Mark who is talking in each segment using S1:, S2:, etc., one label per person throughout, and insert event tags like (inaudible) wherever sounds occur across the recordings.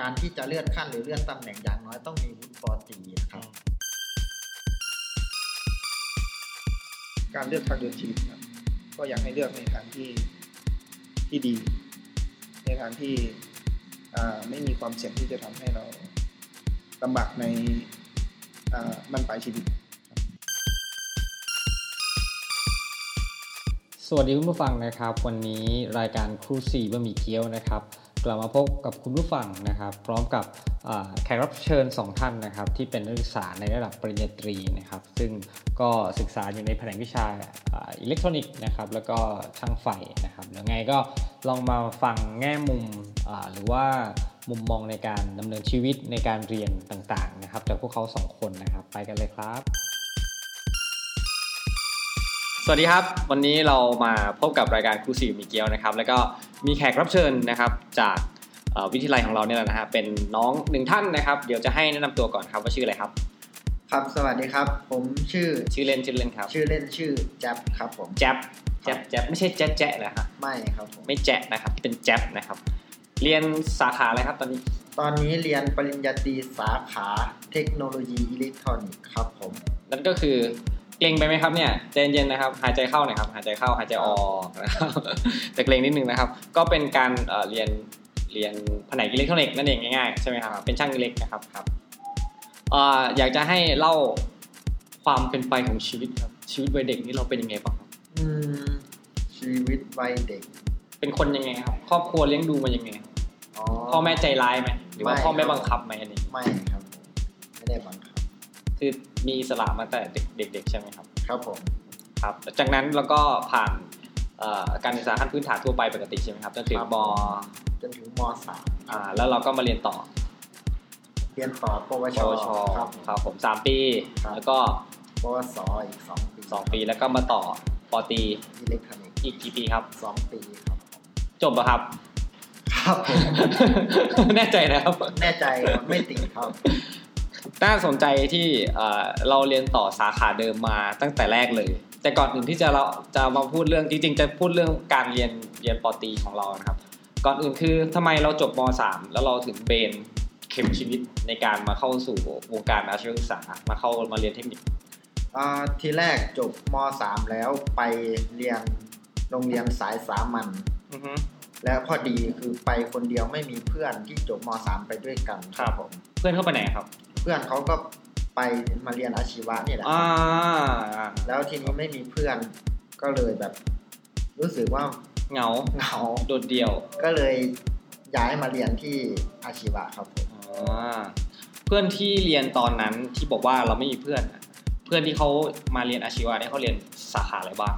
S1: การที่จะเลื่อนขั้นหรือเลื่อนตำแหน่งอย่างน้อยต้องมีวุฒิปอตรีนะครับ
S2: การเลือกทางเดินชีวิตครับ ก็อยากให้เลือกในทางที่ที่ดี ในทางที่อ่าไม่มีความเสี่ยงที่จะทำให้เราลำบากในอ่ามันปลายชีวิต
S3: สวัสดีคุณผู้ฟังนะครับ วันนี้รายการครูสี่บะหมี่เกี๊ยวนะครับ กลับมาพบกับคุณผู้ฟังนะครับ พร้อมกับอ่าแขกรับเชิญ 2 ท่านนะครับ ที่เป็นนักศึกษาในระดับปริญญาตรีนะครับ ซึ่งก็ศึกษาอยู่ในแผนกวิชาอ่าอิเล็กทรอนิกส์นะครับ แล้วก็ช่างไฟนะครับแล้วไงก็ลองมาฟังแง่มุมอ่าหรือว่ามุมมองในการดำเนินชีวิตในการเรียนต่างๆนะครับจากพวกเขาสองคนนะครับ ไปกันเลยครับ สวัสดีครับ วันนี้เรามาพบกับรายการครูสีมีเกียวนะครับ แล้วก็มีแขกรับเชิญนะครับจากเอ่อวิทยาลัยของเราเนี่ยแหละนะฮะเป็นน้องหนึ่งท่านนะครับ เดี๋ยวจะให้แนะนำตัวก่อนครับว่าชื่ออะไรครับ
S1: ครับสวัสดีครับ ผมชื่อ
S3: ชื่อเล่นชื่อเล่นครับ
S1: ชื่อเล่นชื่อแจ๊บครับผม
S3: แจ๊บ
S1: ครับ
S3: แจ๊บแจ๊บไม่ใช่แจ๊ะแจ๊ะนะครับ
S1: ไม่ครับผม
S3: ไม่แจ๊ะนะครับเป็นแจ๊บนะครับ เรียนสาขาอะไรครับตอนนี้
S1: ตอนนี้เรียนปริญญาตรีสาขาเทคโนโลยีอิเล็กทรอนิกส์ครับผม
S3: นั่นก็คือเกรงไปไหมครับเนี่ยใจเย็นๆนะครับหายใจเข้าหน่อยครับหายใจเข้าหายใจออกนะครับ (laughs) แต่เกรงนิดนึงนะครับ ก็เป็นการเอ่อเรียนเรียนแผนกอิเล็กทรอนิกส์นั่นเองง่ายๆใช่ไหมครับเป็นช่างอิเล็กนะครับครับเอ่ออยากจะให้เล่าความเป็นไปของชีวิตครับชีวิตวัยเด็กนี่เราเป็นยังไงบ้างครับ
S1: อืมชีวิตวัยเด็ก
S3: เป็นคนยังไงครับ ครอบครัวเลี้ยงดูมันยังไงครับ
S1: อ๋อ
S3: พ่อแม่ใจร้ายไหมหรือว่า
S1: ไม่
S3: พ่อแม่บังคับไหมอันนี้
S1: ไม่ครับผมไม่ได้บังคับ
S3: คือมีอิสระมาแต่เด็กๆใช่ไหมครับ
S1: ครับผม
S3: ครับจากนั้นเราก็ผ่านเอ่อการศึกษาขั้นพื้นฐานทั่วไปปกติใช่ไหมครับจนถึง
S1: ครับ
S3: ม
S1: จนถึงมสาม
S3: อ่าแล้วเราก็มาเรียนต่อ
S1: เรียนต่อปว
S3: ป
S1: ช
S3: วช
S1: ครับ
S3: ครับผมสามปี
S1: ครับ
S3: แล้วก็
S1: ปวสอีกสองปี
S3: สองปีแล้วก็มาต่อปอตรี
S1: อิเล็กทรอนิกส์
S3: อีกกี่ปีครับ
S1: สองปีครับผม
S3: จบ
S1: (laughs)
S3: แล้วครับ
S1: ครับผม
S3: แน่ใจนะครับ
S1: แน่ใจครับไม่ติดครับ
S3: น่าสนใจที่เอ่อเราเรียนต่อสาขาเดิมมาตั้งแต่แรกเลย แต่ก่อนอื่นที่จะเราจะมาพูดเรื่องจริงๆจะพูดเรื่องการเรียนเรียนปอตรีของเรานะครับ ก่อนอื่นคือทำไมเราจบม .3 แล้วเราถึงเบนเข็มชีวิตในการมาเข้าสู่วงการอาชีวศึกษามาเข้ามาเรียนเทคนิค
S1: อ่าทีแรกจบมสามแล้วไปเรียนโรงเรียนสายสามัญและพอดีคือไปคนเดียวไม่มีเพื่อนที่จบมสามไปด้วยกันครับผม
S3: เพื่อนเข้าไปไหนครับ
S1: เพื่อนเขาก็ไปมาเรียนอาชีวะนี่แหละครับ
S3: อ่า
S1: แล้วทีนี้ไม่มีเพื่อนก็เลยแบบ รู้สึกว่า
S3: เหงา
S1: เหงา
S3: โดดเดี่ยว
S1: ก็เลยย้ายมาเรียนที่อาชีวะครับผม
S3: อ่าเพื่อนที่เรียนตอนนั้นที่บอกว่าเราไม่มีเพื่อนอะเพื่อนที่เขามาเรียนอาชีวะเนี่ยเขาเรียนสาขาอะไรบ้าง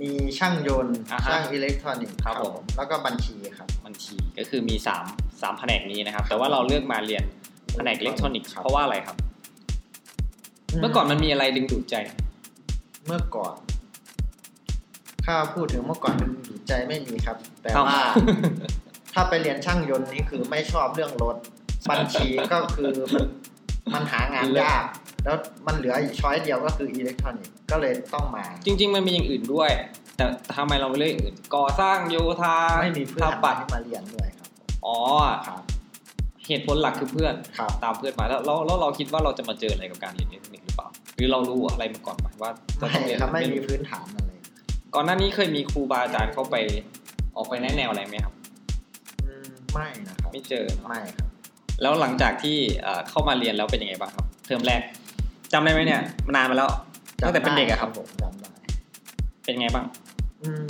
S1: มีช่างยนต์
S3: อ่าฮะ
S1: ช่างอิเล็กทรอนิกส์
S3: ครับผม
S1: แล้วก็บัญชีครับ
S3: บัญชีก็คือมี3ามสามแผนกนี้นะครับ แต่ว่าเราเลือกมาเรียนแผนกอิเล็กทรอนิกส์เพราะว่าอะไรครับ เมื่อก่อนมันมีอะไรดึงดูดใจ
S1: เมื่อก่อน ถ้าพูดถึงเมื่อก่อนมันอยู่ใจไม่มีครับ แต่
S3: ครับ
S1: ว่า ถ้าไปเรียนช่างยนต์นี่คือไม่ชอบเรื่องรถ บัญชีก็คือมัน (laughs) มันหางานยาก แล้วมันเหลืออีกช้อยเดียวก็คืออิเล็กทรอนิกส์ก็เลยต้องมา
S3: จริง ๆ มันมีอย่างอื่นด้วย แต่ทำไมเราไม่เลือกอย่างอื่น ก่อสร้างโยธา
S1: ไม่มีเพื่อน
S3: สถาปัด
S1: ที่มาเรียนด้วยครับผม
S3: อ๋อ
S1: ครับ
S3: เหตุผลหลักคือเพื่อน
S1: ครับ
S3: ตามเพื่อนมาแล้วแล้วแล้วเราคิดว่าเราจะมาเจออะไรกับการเรียนอิเล็กทรอนิกส์หรือเปล่า หรือเรารู้อะไรมาก่อนไหมว่าเราต้อง
S1: ไม่
S3: เรียน
S1: ครับไม่
S3: ไม่
S1: มี
S3: รู้
S1: พื้นฐานอะไร
S3: ก่อนหน้านี้เคยมีครูบาอาจารย์เข้าไปออกไปแนะแนวอะไรไหมครับ
S1: อืมไม่นะครับ
S3: ไม่เจอเนอะ
S1: ไม่ครับ
S3: แล้วหลังจากที่เอ่อเข้ามาเรียนแล้วเป็นยังไงบ้างครับ เทอมแรกจำได้ไหมเนี่ยมานานมาแล้วตั้งแต่เป็นเด็กอะครับ
S1: ผมจำได้
S3: เป็นยังไงบ้าง
S1: อืม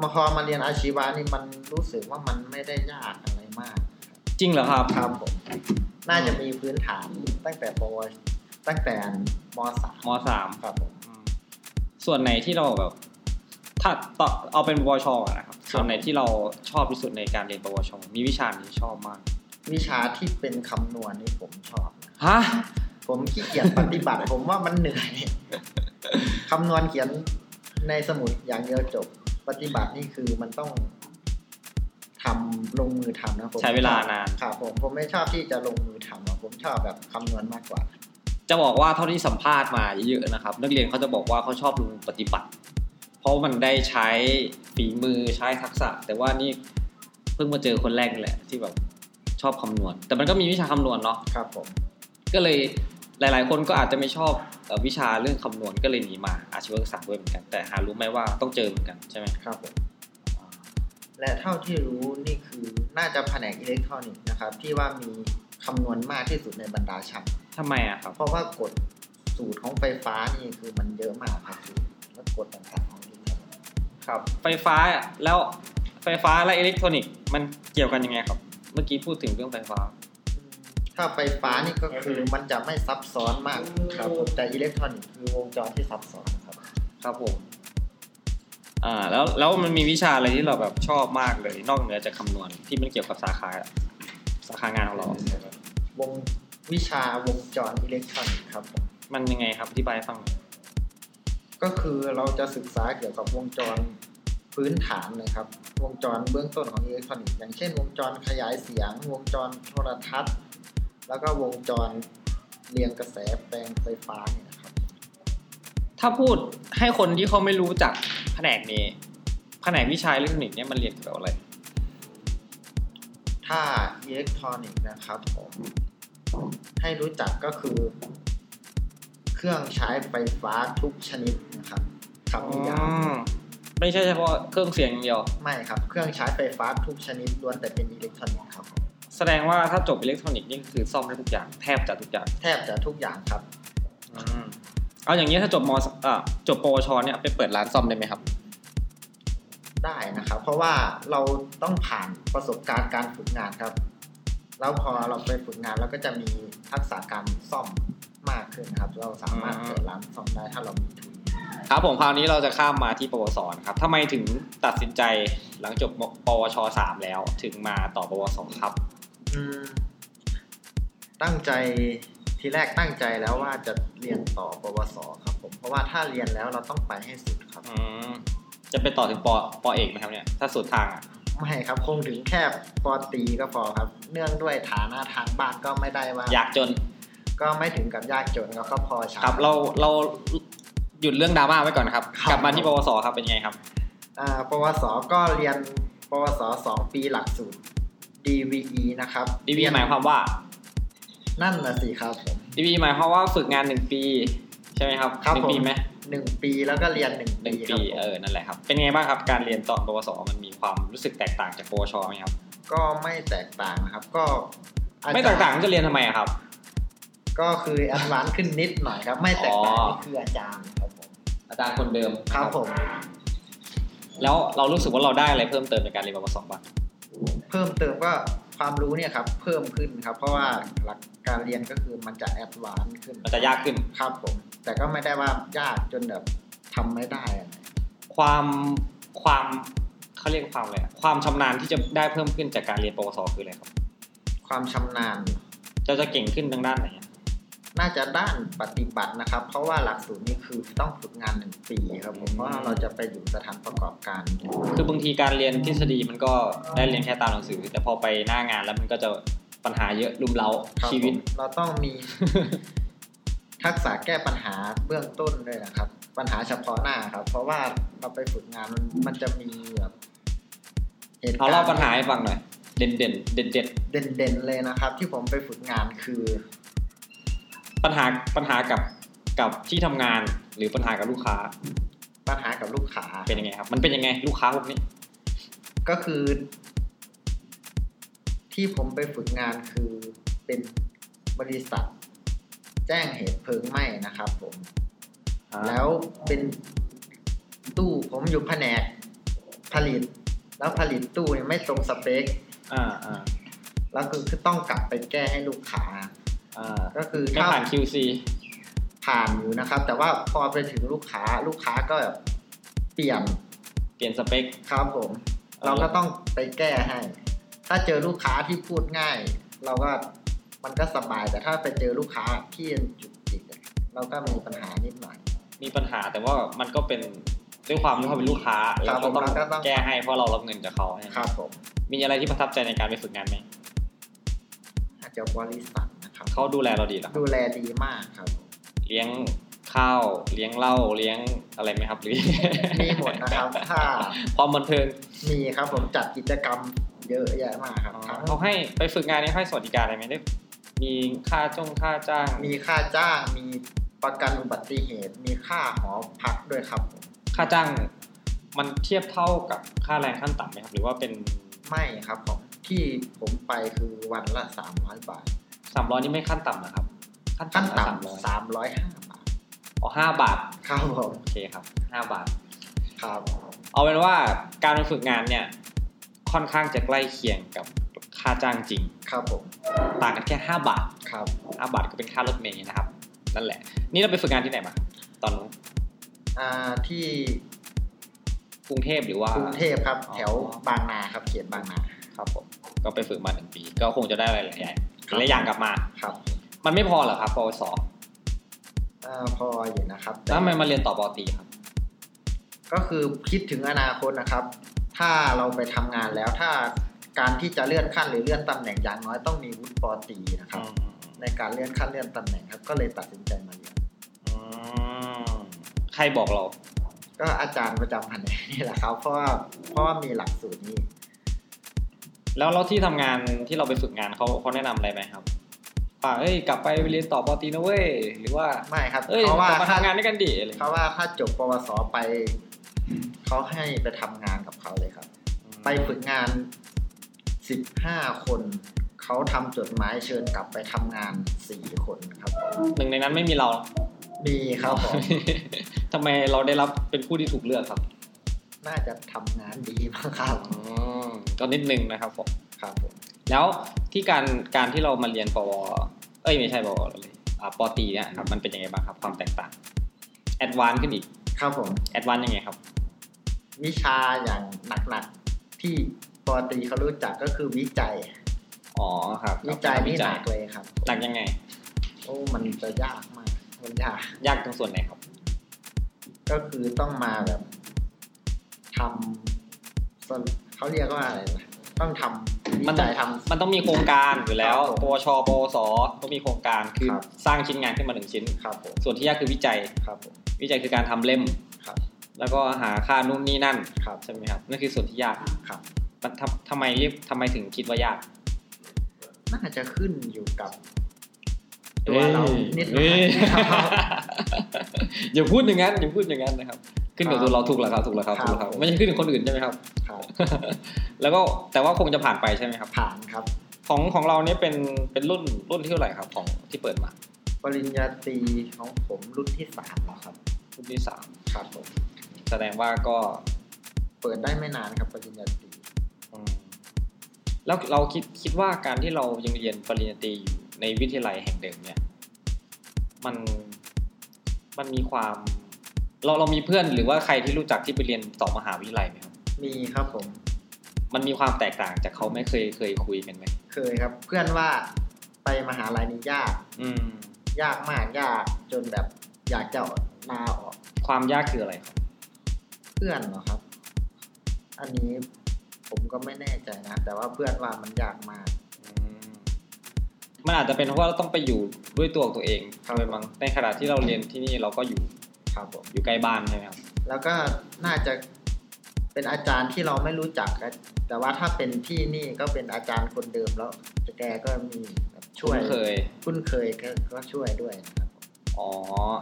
S1: มาพอมาเรียนอาชีวะนี่มันรู้สึกว่ามันไม่ได้ยากอะไรมากนะครับ
S3: จริงเหรอครับ
S1: ครับผม น่าจะมีพื้นฐานตั้งแต่ปวตั้งแต่มสาม
S3: มสาม
S1: ครับผม
S3: อืมส่วนไหนที่เราแบบ ถ้าต่อเอาเป็นปวชก่อนนะครับ ส่วนไหนที่เราชอบที่สุดในการเรียนปวชมีวิชาไหนที่ชอบมาก
S1: วิชาที่เป็นคำนวณนี่ผมชอบนะ
S3: ฮะ
S1: ผมขี้เกียจปฏิบัติ ผมว่ามันเหนื่อยคำนวณเขียนในสมุดอย่างเดียวจบ ปฏิบัตินี่คือมันต้องทำลงมือทำนะผม
S3: ใช้เวลานาน
S1: ครับผมผมไม่ชอบที่จะลงมือทำอะผมชอบแบบคำนวณมากกว่า
S3: จะบอกว่าเท่าที่สัมภาษณ์มาเยอะๆนะครับ นักเรียนเขาจะบอกว่าเขาชอบลงปฏิบัติ เพราะมันได้ใช้ฝีมือใช้ทักษะ แต่ว่านี่เพิ่งมาเจอคนแรกนี่แหละที่แบบ ชอบคำนวณ แต่มันก็มีวิชาคำนวณเนาะ
S1: ครับผม
S3: ก็เลยหลาย ๆ คนก็อาจจะไม่ชอบเอ่อวิชาเรื่องคำนวณก็เลยหนีมาอาชีวศึกษาด้วยเหมือนกัน แต่หารู้ไหมว่าต้องเจอเหมือนกันใช่ไหม
S1: ครับผมและเท่าที่รู้นี่คือน่าจะแผนกอิเล็กทรอนิกส์นะครับ ที่ว่ามีคำนวณมากที่สุดในบรรดาชั้น
S3: ทำไมอะครับ
S1: เพราะว่ากฎสูตรของไฟฟ้านี่คือมันเยอะมากครับพี่และกฎต่างๆของอิเล็กทรอนิกส์
S3: ครับ ไฟฟ้าอะแล้วไฟฟ้าและอิเล็กทรอนิกส์มันเกี่ยวกันยังไงครับ เมื่อกี้พูดถึงเรื่องไฟฟ้า
S1: ถ้าไฟฟ้านี่ก็คือมันจะไม่ซับซ้อนมากครับผมแต่อิเล็กทรอนิกส์คือวงจรที่ซับซ้อนครับ
S3: ครับผม อ่า แล้ว แล้วมันมีวิชาอะไรที่เราแบบชอบมากเลย นอกเหนือจากคำนวณที่มันเกี่ยวกับสาขา สาขางานของเรา
S1: วงวิชาวงจรอิเล็กทรอนิกส์ครับผม
S3: มันยังไงครับอธิบายให้ฟังหน่อย
S1: ก็คือเราจะศึกษาเกี่ยวกับวงจรพื้นฐานนะครับ วงจรเบื้องต้นของอิเล็กทรอนิกส์อย่างเช่น วงจรขยายเสียง วงจรโทรทัศน์ แล้วก็วงจรเรียงกระแสแปลงไฟฟ้าเนี่ยนะครับ
S3: ถ้าพูดให้คนที่เขาไม่รู้จักแผนกนี้ แผนกวิชาอิเล็กทรอนิกส์เนี่ยมันเรียนเกี่ยวกับอะไร
S1: ถ้าอิเล็กทรอนิกส์นะครับผมให้รู้จักก็คือ เครื่องใช้ไฟฟ้าทุกชนิดนะครับคำนิยาม
S3: ไม่ใช่เฉพาะเครื่องเสียงอย่างเดียว
S1: ไม่ครับ เครื่องใช้ไฟฟ้าทุกชนิดล้วนแต่เป็นอิเล็กทรอนิกส์ครับผม
S3: แสดงว่าถ้าจบอิเล็กทรอนิกส์นี่คือซ่อมได้ทุกอย่าง แทบจะทุกอย่าง
S1: แทบจะทุกอย่างครับ
S3: อืม เอาอย่างนี้ถ้าจบมออ่าจบปวช เนี่ยไปเปิดร้านซ่อมได้ไหมครับ
S1: ได้นะครับ เพราะว่าเราต้องผ่านประสบการณ์การฝึกงานครับ แล้วพอเราไปฝึกงานเราก็จะมีทักษะการซ่อมมากขึ้นครับ เราสามารถเปิดร้านซ่อมได้ถ้าเรามีทุน
S3: ครับผมคราวนี้เราจะข้ามมาที่ปวสนะครับทำไมถึงตัดสินใจหลังจบปวชสามแล้วถึงมาต่อปวสครับ
S1: อืมตั้งใจทีแรกตั้งใจแล้วว่าจะเรียนต่อปวสครับ ผม เพราะว่าถ้าเรียนแล้วเราต้องไปให้สุดครับ
S3: อืมจะไปต่อถึงปปเอกไหมครับเนี่ย ถ้าสุดทางอ่ะ
S1: ไม่ครับคงถึงแค่ปอตรีก็พอครับ เนื่องด้วยฐานะทางบ้านก็ไม่ได้ว่า
S3: อยากจน
S1: ก็ไม่ถึงกับยากจนครับก็พอใช้
S3: ครับ เราเราหยุดเรื่องดราม่าไว้ก่อนนะครับ
S1: ครับ
S3: กลับมาที่ปวสครับเป็นยังไงครับ
S1: อ่าปวสก็เรียนปวสสองปีหลักสูตร DVE นะครับ
S3: ดีวีหมายความว่า
S1: นั่นนะสิครับผม
S3: ดีวีหมายความว่าฝึกงานหนึ่งปี ใช่ไหมครับ
S1: ครับ
S3: หนึ่
S1: ผม
S3: งปีไหม
S1: หนึ่งปีแล้วก็เรียนหนึ่ง
S3: หนึ่ง
S1: ค
S3: ปี
S1: รับผม
S3: เออนั่นแหละครับ เป็นไงบ้างครับการเรียนต่อปวสมันมีความรู้สึกแตกต่างจากปวชไหมครับ
S1: ก็ไม่แตกต่างนะครับ ก็อจรย์
S3: ไม่แตกต่างจะเรียนทำไมอะครับ
S1: ก็คือแอดวานซ์ขึ้นนิดหน่อยครับ ไม่แตกต่าง
S3: อ๋อ
S1: นี่คืออาจารย์ครับผม
S3: อาจารย์คนเดิม
S1: ครับผม
S3: แล้วเรารู้สึกว่าเราได้อะไรเพิ่มเติมในการเรียนปวสบ้าง
S1: เพิ่มเติมก็ความรู้เนี่ยครับ เพิ่มขึ้นครับ เพราะว่าหลักการเรียนก็คือมันจะแอดวานซ์ขึ้น
S3: มันจะยากขึ้น
S1: ครับผม แต่ก็ไม่ได้ว่ายากจนแบบทำไม่ได้อะไร
S3: ความความเขาเรียกความอะไรอะความชำนาญที่จะได้เพิ่มขึ้นจากการเรียนปวสคืออะไรครับ
S1: ความชำนาญ
S3: จะจะเก่งขึ้นทางด้านไหนอะ
S1: น่าจะด้านปฏิบัตินะครับ เพราะว่าหลักสูตรนี้คือต้องฝึกงานหนึ่งปีครับผมเพราะว่าเราจะไปอยู่สถานประกอบการ
S3: คือบางทีการเรียนทฤษฎีมันก็ได้เรียนแค่ตามหนังสือ แต่พอไปหน้างานแล้วมันก็จะปัญหาเยอะรุมเร้า
S1: ครับ
S3: ชีวิต
S1: ผมเราต้องมี (laughs) ทักษะแก้ปัญหาเบื้องต้นด้วยนะครับ ปัญหาเฉพาะหน้าครับ เพราะว่าเราไปฝึกงานมันมันจะมีแบบเหตุ
S3: เอา
S1: กา
S3: เล่าร ปัญหาให้ฟังหน่อยเด่นเด่นเด่นเด่น
S1: เด่นๆเลยนะครับ ที่ผมไปฝึกงานคือ
S3: ๆปัญหาปัญหากับกับที่ทำงานหรือปัญหากับลูกค้า
S1: ปัญหากับลูกค้า
S3: เป็นยังไงครับมันเป็นยังไงลูกค้าพวกนี้
S1: ก็คือ ที่ผมไปฝึกงานคือเป็นบริษัท แจ้งเหตุเพลิงไหม้นะครับ ผม
S3: อ่า
S1: แล้วเป็นตู้ผมอยู่แผนกผลิต แล้วผลิตตู้เนี่ยไม่ตรงสเปค
S3: อ่าอ่า
S1: แล้วคือคือต้องกลับไปแก้ให้ลูกค้า
S3: อ่า
S1: ก็คือ
S3: ไม่
S1: ถ้า
S3: ผ่าน QC
S1: ผ่านอยู่นะครับ แต่ว่าพอไปถึงลูกค้าลูกค้าก็แบบเปลี่ยน
S3: เปลี่ยนสเปค
S1: ครับผม
S3: เออ
S1: เราก็ต้องไปแก้ให้ ถ้าเจอลูกค้าที่พูดง่าย เราก็มันก็สบายแต่ถ้าไปเจอลูกค้าที่จุกจิกอะเราก็มีปัญหานิดหน่อย
S3: มีปัญหาแต่ว่ามันก็เป็นด้วยความที่เขาเป็นลูกค้า
S1: ครั
S3: เรา
S1: บ
S3: ก็ต้อง
S1: ผมก็ต้อง
S3: แก้ให้เพราะเรารับเงินจากเขาใช่ไหม
S1: ครับผม
S3: มีอะไรที่ประทับใจในการไปฝึกงานไหม
S1: อาจจะบริษัทนะครับ
S3: เขาดูแลเราดีเหรอครับ
S1: ดูแลดีมากครับผม
S3: เลี้ยงข้าว เลี้ยงเหล้าเลี้ยงอะไรไหมครับหรือ (laughs)
S1: มีหมดนะครับ ถ้า
S3: ความบันเทิง
S1: มีครับผมจัดกิจกรรม เยอะแยะมากครับทั้ง
S3: เขาให้ไปฝึกงานนี้ให้สวัสดิการอะไรไหมได้มีค่าจ้องค่าจ้าง
S1: มีค่าจ้างมีประกันอุบัติเหตุ มีค่าหอพักด้วยครับ
S3: ค่าจ้าง มันเทียบเท่ากับค่าแรงขั้นต่ำไหมครับ หรือว่าเป็น
S1: ไม่ครับผมที่ผมไปคือวันละสามร้อยบาท
S3: สามร้อยนี่ไม่ขั้นต่ำนะครับ ขั้น
S1: ขั้น
S3: ต่ำ
S1: ต่ำ
S3: สามร้อย
S1: สามร้อยห้าบาท
S3: อ๋อห้าบาท
S1: ครับผม
S3: โอเคครับห้าบาท
S1: ครับ
S3: เอาเป็นว่าการไปฝึกงานเนี่ย ค่อนข้างจะใกล้เคียงกับค่าจ้างจริง
S1: ครับผม
S3: ต่างกันแค่ห้าบาท
S1: ครับ
S3: อาบัตก็เป็นค่ารถเมย์นะครับ นั่นแหละ นี่เราไปฝึกงานที่ไหนมาครับตอนนู้น
S1: อ่าที่
S3: กรุงเทพหรือว่าก ก
S1: รุงเทพครับ
S3: อ๋อ
S1: แถวบางนาครับเขตบางนา
S3: ครับผมก็ไปฝึกมาหนึ่งปี ก็คงจะได้อะไรหลายอย่างหลายอย่างกลับมา
S1: ครับ
S3: มันไม่พอเหรอครับปวส
S1: อ่าพออยู่นะครับแต่
S3: แล้วทำไมมาเรียนต่อปอตรีครับ
S1: ก็คือคิดถึงอนาคตนะครับ ถ้าเราไปทำงานแล้วถ้าการที่จะเลื่อนขั้นหรือเลื่อนตำแหน่งอย่างน้อยต้องมีวุฒิปอตรีนะครับ ในการเลื่อนขั้นเลื่อนตำแหน่งครับ ก็เลยตัดสินใจมาเรียน
S3: อืมใครบอกเรา
S1: ก็อาจารย์ประจำแผนกนี่แหละครับ เพราะว่าเพราะว่ามีหลักสูตรนี้
S3: แล้วเราที่ทำงานที่เราไปฝึกงานเขาเขาแนะนำอะไรไหมครับป่าเอ้ยกลับไปเรียนต่อปอตรีนะเว้ย หรือว่า
S1: ไม่ครับ
S3: เอ้ย
S1: เพราะว่าก
S3: ลับมา
S1: ถ้า
S3: ทำงานด้วยกันดิอะไรอย่าง
S1: เพราะ
S3: เงี้ย
S1: ว่าถ้าจบปวสไปเขาให้ไปทำงานกับเขาเลยครับ ไปฝึกงาน 15 คน เขาทำจดหมายเชิญกลับไปทำงาน 4 คนครับผม
S3: หนึ่งในนั้นไม่มีเรา
S1: มีครับผม
S3: (laughs) ทำไมเราได้รับเป็นผู้ที่ถูกเลือกครับ
S1: น่าจะทำงานดีมากครับ
S3: ก็นิดนึงนะครับผม
S1: ครับผม
S3: แล้วที่การการที่เรามาเรียนปว เอ้ยไม่ใช่ปวเลยอ่าปตรีเนี่ยครับมันเป็นยังไงบ้างครับ ความแตกต่าง แอดวานขึ้นอีก
S1: ครับผม
S3: แอดวานยังไงครับ
S1: วิชาอย่างหนักๆ ที่ปอตรีเขารู้จักก็คือวิจัย
S3: อ๋อครับ
S1: วิจัยนี่
S3: วิ
S1: ห
S3: จั
S1: นั
S3: ย
S1: กเลยครับ
S3: หนักยังไง
S1: โอ้มันจะยากมาก มันยาก
S3: ยากตรงส่วนไหนครับ
S1: ก็คือต้องมาแบบทำสรุปเขาเรียกว่าอะไรนะต้องทำวิ
S3: มันต้อ
S1: จัย
S3: ง
S1: ทำ
S3: มันต้องมีโครงการอยู่แล้ว
S1: ครับผม
S3: ปวชปวสต้องมีโครงการคือ
S1: ครับ
S3: สร้างชิ้นงานขึ้นมาหนึ่งชิ้น
S1: ครับผม
S3: ส่วนที่ยากคือวิจัย
S1: ครับผม
S3: วิจัยคือการทำเล่ม
S1: ครับ
S3: แล้วก็หาค่านู่นนี่นั่น
S1: ครับ
S3: ใช่ไหมครับนั่นคือส่วนที่ยาก
S1: ครับ
S3: มันทำทำไมเรียกทำไมถึงคิดว่ายาก
S1: น่าจะขึ้นอยู่กับ ตัวเรานิดหน่อย
S3: เอ้ย
S1: ครับ
S3: (laughs) อย่าพูดอย่างนั้นอย่าพูดอย่างนั้นนะครับ ขึ้นกับตัวเราถูกแล้วครับถูกแล้วครับถูกแล้วค
S1: ครั
S3: รับบ ไม่ใช่ขึ้นกับคนอื่นใช่ไหมครับ (laughs)
S1: ครับ
S3: แล้วก็แต่ว่าคงจะผ่านไปใช่ไหมครับ
S1: ผ่านครับ
S3: ของของเราเนี่ยเป็นเป็นรุ่นรุ่นที่เท่าไหร่ครับ ของที่เปิดมา
S1: ปริญญาตรีของผมรุ่นที่สามแล้วครับ
S3: รุ่นที่สาม
S1: ครับผม
S3: แสดงว่าก็
S1: เปิดได้ไม่นานครับปริญญาตรี
S3: อืมแล้วเราคิดคิดว่าการที่เรายังเรียนปริญญาตรีอยู่ในวิทยาลัยแห่งเดิมเนี่ย มันมันมีความ เราเรามีเพื่อนหรือว่าใครที่รู้จักที่ไปเรียนต่อมหาวิทยาลัยไหมครับ
S1: มีครับผม
S3: มันมีความแตกต่างจากเขาไหม่เคยเคยคุยกันไหม
S1: เคยครับ เพื่อนว่าไปมหาลัยนี้ยาก
S3: อืม
S1: ยากมากยากจนแบบอยากจะลาออก
S3: ความยากคืออะไรครับ
S1: เพื่อนเหรอครับ อันนี้ผมก็ไม่แน่ใจนะ แต่ว่าเพื่อนว่ามันยากมาก
S3: มันอาจจะเป็นเพราะว่าเราต้องไปอยู่ด้วยตัวของตัวเอง
S1: ครับ
S3: ไปมั้งในขณะที่เราเรียนที่นี่เราก็อยู่
S1: ครับผม
S3: อยู่ใกล้บ้านใช่ไหมครับ
S1: แล้วก็น่าจะเป็นอาจารย์ที่เราไม่รู้จักนะแต่ว่าถ้าเป็นที่นี่ก็เป็นอาจารย์คนเดิมแล้วแกก็มีแบบช่วย
S3: คุ้นเคย
S1: คุ้นเคยก็ก็ช่วยด้วยนะครับ
S3: อ๋อ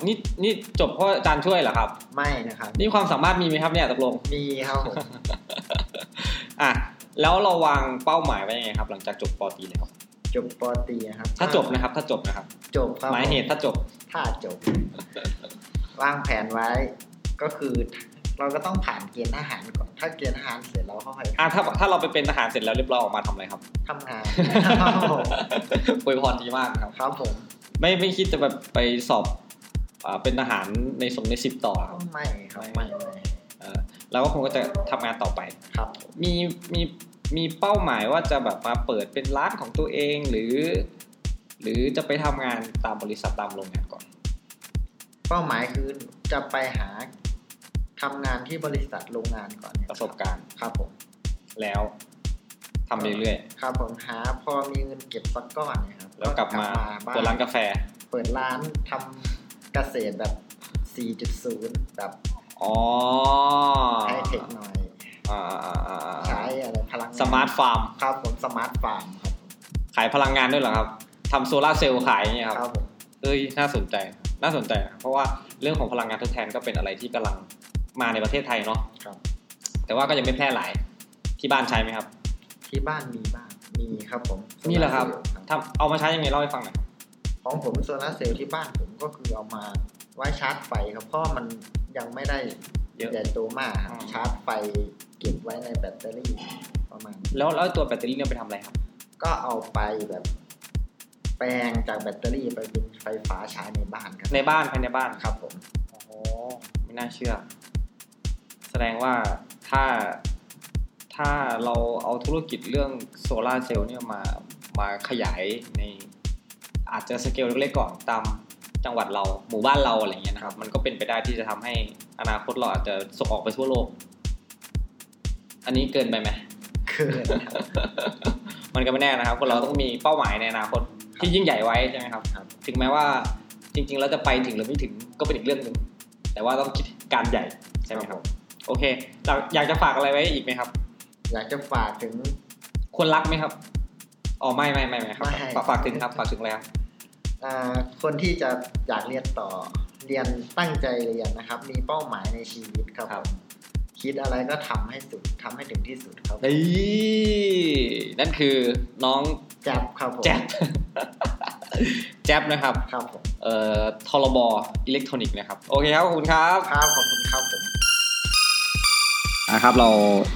S3: นี่นี่จบเพราะอาจารย์ช่วยเหรอครับ
S1: ไม่นะครับ
S3: นี่ความสามารถมีไหมครับเนี่ยตกลง (laughs)
S1: มีครับผม
S3: อ่ะแล้วเราวางเป้าหมายไว้ยังไงครับ หลังจากจบปอตรีแล้ว
S1: จบปอตรีนะครับ
S3: ถ้าจบนะครับ ถ้าจบนะครับ
S1: จบครับ
S3: หมายเหตุถ้าจบ
S1: ถ้าจบวางแผนไว้ ก็คือเราก็ต้องผ่านเกณฑ์ทหารก่อน ถ้าเกณฑ์ทหารเสร็จเราค่อย
S3: อ่ะถ้าถ้าเราไปเป็นทหารเสร็จแล้วเรียบร้อยออกมาทำอะไรครับ (laughs)
S1: ทำงานครับผม
S3: อวยพรดีมากครับ
S1: ครับผม
S3: ไม่ไม่คิดจะแบบไปสอบอ่าเป็นทหารในสงในสิบต่อครับ
S1: ไม่ครับไม่ไม่
S3: เออเราก็คงก็จะทำงานต่อไป
S1: ครับผม
S3: มีมีมีเป้าหมายว่าจะแบบมาเปิดเป็นร้านของตัวเองหรือ หรือจะไปทำงานตามบริษัทตามโรงงานก่อน
S1: เป้าหมายคือจะไปหาทำงานที่บริษัทโรงงานก่อนเนี่ย
S3: ประสบการณ์
S1: ครับผม
S3: แล้วทำไปเรื่อย
S1: ครับผมหาพอมีเงินเก็บสักก้อนเนยครับ
S3: ๆแล้วกลับมา
S1: บ้น
S3: เปิดร้านกาแฟ
S1: เปิดร้านทำเกษตรแบบ 4.0 แบบ
S3: อ๋อ
S1: ไฮเทคหน่อย
S3: อ่าอ่าอ่าอ่า
S1: ใช้อะไรพลัง งน
S3: สมาร์ทฟาร์ม
S1: ครับผมสมาร์ทฟาร์มครับ
S3: ขายพลังงานด้วยเหรอครับทำโซลาร์เซลล์ขายอย่างเงี้ยครับ
S1: ครับผม
S3: เอ้ยน่าสนใจครับน่าสนใจนะครับเพราะว่าเรื่องของพลังงานทดแทนก็เป็นอะไรที่กำลังมาในประเทศไทยเนาะ
S1: ครับ
S3: แต่ว่าก็ยังไม่แพร่หลายที่บ้านใช้ไหมครับ
S1: ที่บ้านมีบ้างมีครับผม
S3: มีเหรอครับ
S1: ครั
S3: ทำเอามาใช้ยังไงเล่าให้ฟังหน่อย
S1: ของผมโซลาร์เซลล์ที่บ้านผมก็คือเอามาไว้ชาร์จไฟครับเพราะว่ามันยังไม่ได้
S3: เยอะ
S1: ใหญ่โตมากครับ
S3: อ๋อ
S1: ชาร์จไฟเก็บไว้ในแบตเตอรี่ประมาณ
S3: แล้วแล้วตัวแบตเตอรี่เนี่ยไปทำอะไรครับ
S1: ก็เอาไปแบบ แปลงจากแบตเตอรี่ไปเป็นไฟฟ้าใช้ในบ้านครับ
S3: ในบ้านภายในบ้าน
S1: ครับผม
S3: อ๋อไม่น่าเชื่อ แสดงว่าถ้าถ้าเราเอาธุรกิจเรื่องโซลาร์เซลล์เนี่ยมามาขยายใน อาจจะสเกลเล็กๆก่อนตามจังหวัดเราหมู่บ้านเราอะไรอย่างเงี้ยนะครับมันก็เป็นไปได้ที่จะทำให้อนาคตเราอาจจะส่งออกไปทั่วโลก อันนี้เกินไปไหม
S1: คือ
S3: (laughs) มันก็ไม่แน่นะครับคนเราต้องมีเป้าหมายในอนาคตที่ยิ่งใหญ่ไว้ใช่ไหมครับ
S1: ครับ
S3: ถึงแม้ว่าจริงๆเราจะไปถึงหรือไม่ถึงก็เป็นอีกเรื่องหนึ่งแต่ว่าต้องคิดการใหญ่ใช่ไหมครับ โอเคเราอยากจะฝากอะไรไว้อีกไหมครับ
S1: อยากจะฝากถึง
S3: ควรรักไหมครับอ๋อไม่ไม่ไม่ไม่ครับ
S1: ไม่
S3: ฝากฝากถึงครับฝากถึงแล้ว
S1: อ่าคนที่จะอยากเรียนต่อเรียนตั้งใจเรียนนะครับ มีเป้าหมายในชีวิตครับ
S3: ครับ
S1: ผมคิดอะไรก็ทำให้สุดทำให้ถึงที่สุดครับ
S3: นี่นั่นคือน้อง
S1: แจ็บครับผม
S3: แจ๊บ (laughs) แจ๊บนะครับ
S1: ครับผม
S3: เอ่อทรบอิเล็กทรอนิกส์นะครับ โอเคครับขอบคุณครับ
S1: ครับขอบคุณครับผม
S3: นะครับเรา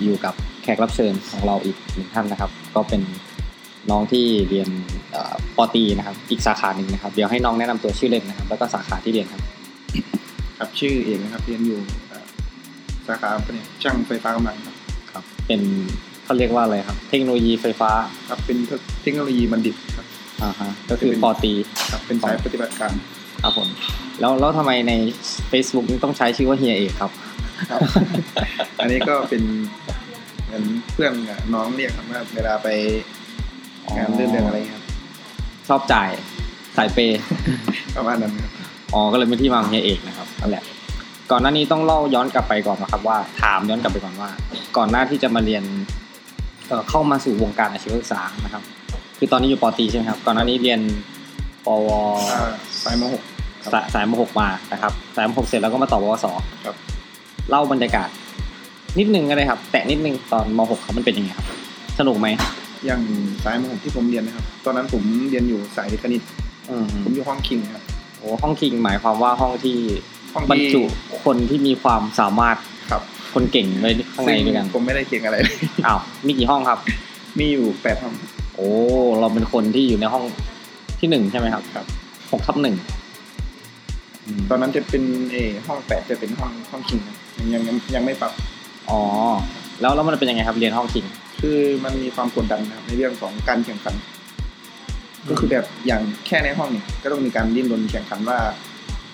S3: อยู่กับแขกรับเชิญของเราอีกหนึ่งท่านนะครับ ก็เป็นน้องที่เรียนเอ่อปอตรีนะครับ อีกสาขาหนึ่งนะครับ เดี๋ยวให้น้องแนะนำตัวชื่อเล่นนะครับ แล้วก็สาขาที่เรียนครับ
S2: ครับชื่อเอกนะครับเรียนอยู่เอ่อสาขาแผนกช่างไฟฟ้ากำลังครับ
S3: ครับ เป็นเขาเรียกว่าอะไรครับ เทคโนโลยีไฟฟ้า
S2: ครับเป็นเทคโนโลยีบัณฑิตครับ
S3: อ่าฮะก็คือปอตรี
S2: ครับเป็นสายปฏิบัติการ
S3: ครับผมแล้วแล้วทำไมใน Facebook นี่ต้องใช้ชื่อว่าเฮียเอกครับ
S2: (laughs) ครับ อันนี้ก็เป็นเหมือนเพื่อนกับน้องเรียกครับว่าเวลาไปงานเรื่องอะไรครับ
S3: ชอบจ่ายสายเปย์
S2: ประมาณนั้นครับ
S3: อ๋อ ก็เลยเป็นที่มาของเฮียเอกนะครับนั่นแหละ ก่อนหน้านี้ต้องเล่าย้อนกลับไปก่อนนะครับ ว่าถามย้อนกลับไปก่อนว่า ก่อนหน้าที่จะมาเรียนเอ่อเข้ามาสู่วงการอาชีวศึกษานะครับ คือตอนนี้อยู่ปอตรีใช่ไหมครับ ก่อนหน้านี้เรียนปว
S2: อ่าสายมหกครับ
S3: สายสายมหกมานะครับ สายมหกเสร็จแล้วก็มาต่อปวส
S2: ครับ
S3: เล่าบรรยากาศ นิดนึงก็ได้ครับ แตะนิดนึงตอนมหกครับมันเป็นยังไงครับ สนุกไหม
S2: อย่างสายมหกที่ผมเรียนนะครับ ตอนนั้นผมเรียนอยู่สายคณิต
S3: อืม
S2: ผมอยู่ห้องคิงครับ
S3: โอ้ห้องคิงหมายความว่าห้องที่
S2: ห้อง
S3: บรร
S2: ที่
S3: จุคนที่มีความสามารถ
S2: ครับ
S3: คนเก่งไว้ข้างในด้วยกัน
S2: ซึ่ผมไม่ได้เก่งอะไร
S3: อ้าวมีกี่ห้องครับ
S2: (laughs) มีอยู่แปดห้อง
S3: โอ้ เราเป็นคนที่อยู่ในห้องที่หนึ่งใช่ไหมครับ
S2: ครับ
S3: หกทับหนึ่ง
S2: ตอนนั้นจะเป็นเออห้องแปดจะเป็นห้องห้องคิงครับยังยังยังไม่ปรับ
S3: อ๋อ แล้วแล้วมันเป็นยังไงครับ เรียนห้องคิง
S2: คือมันมีความกดดันนะครับในเรื่องของการแข่งขัน ก็คือแบบอย่างแค่ในห้องเนี่ยก็ต้องมีการดิ้นรนแข่งขันว่า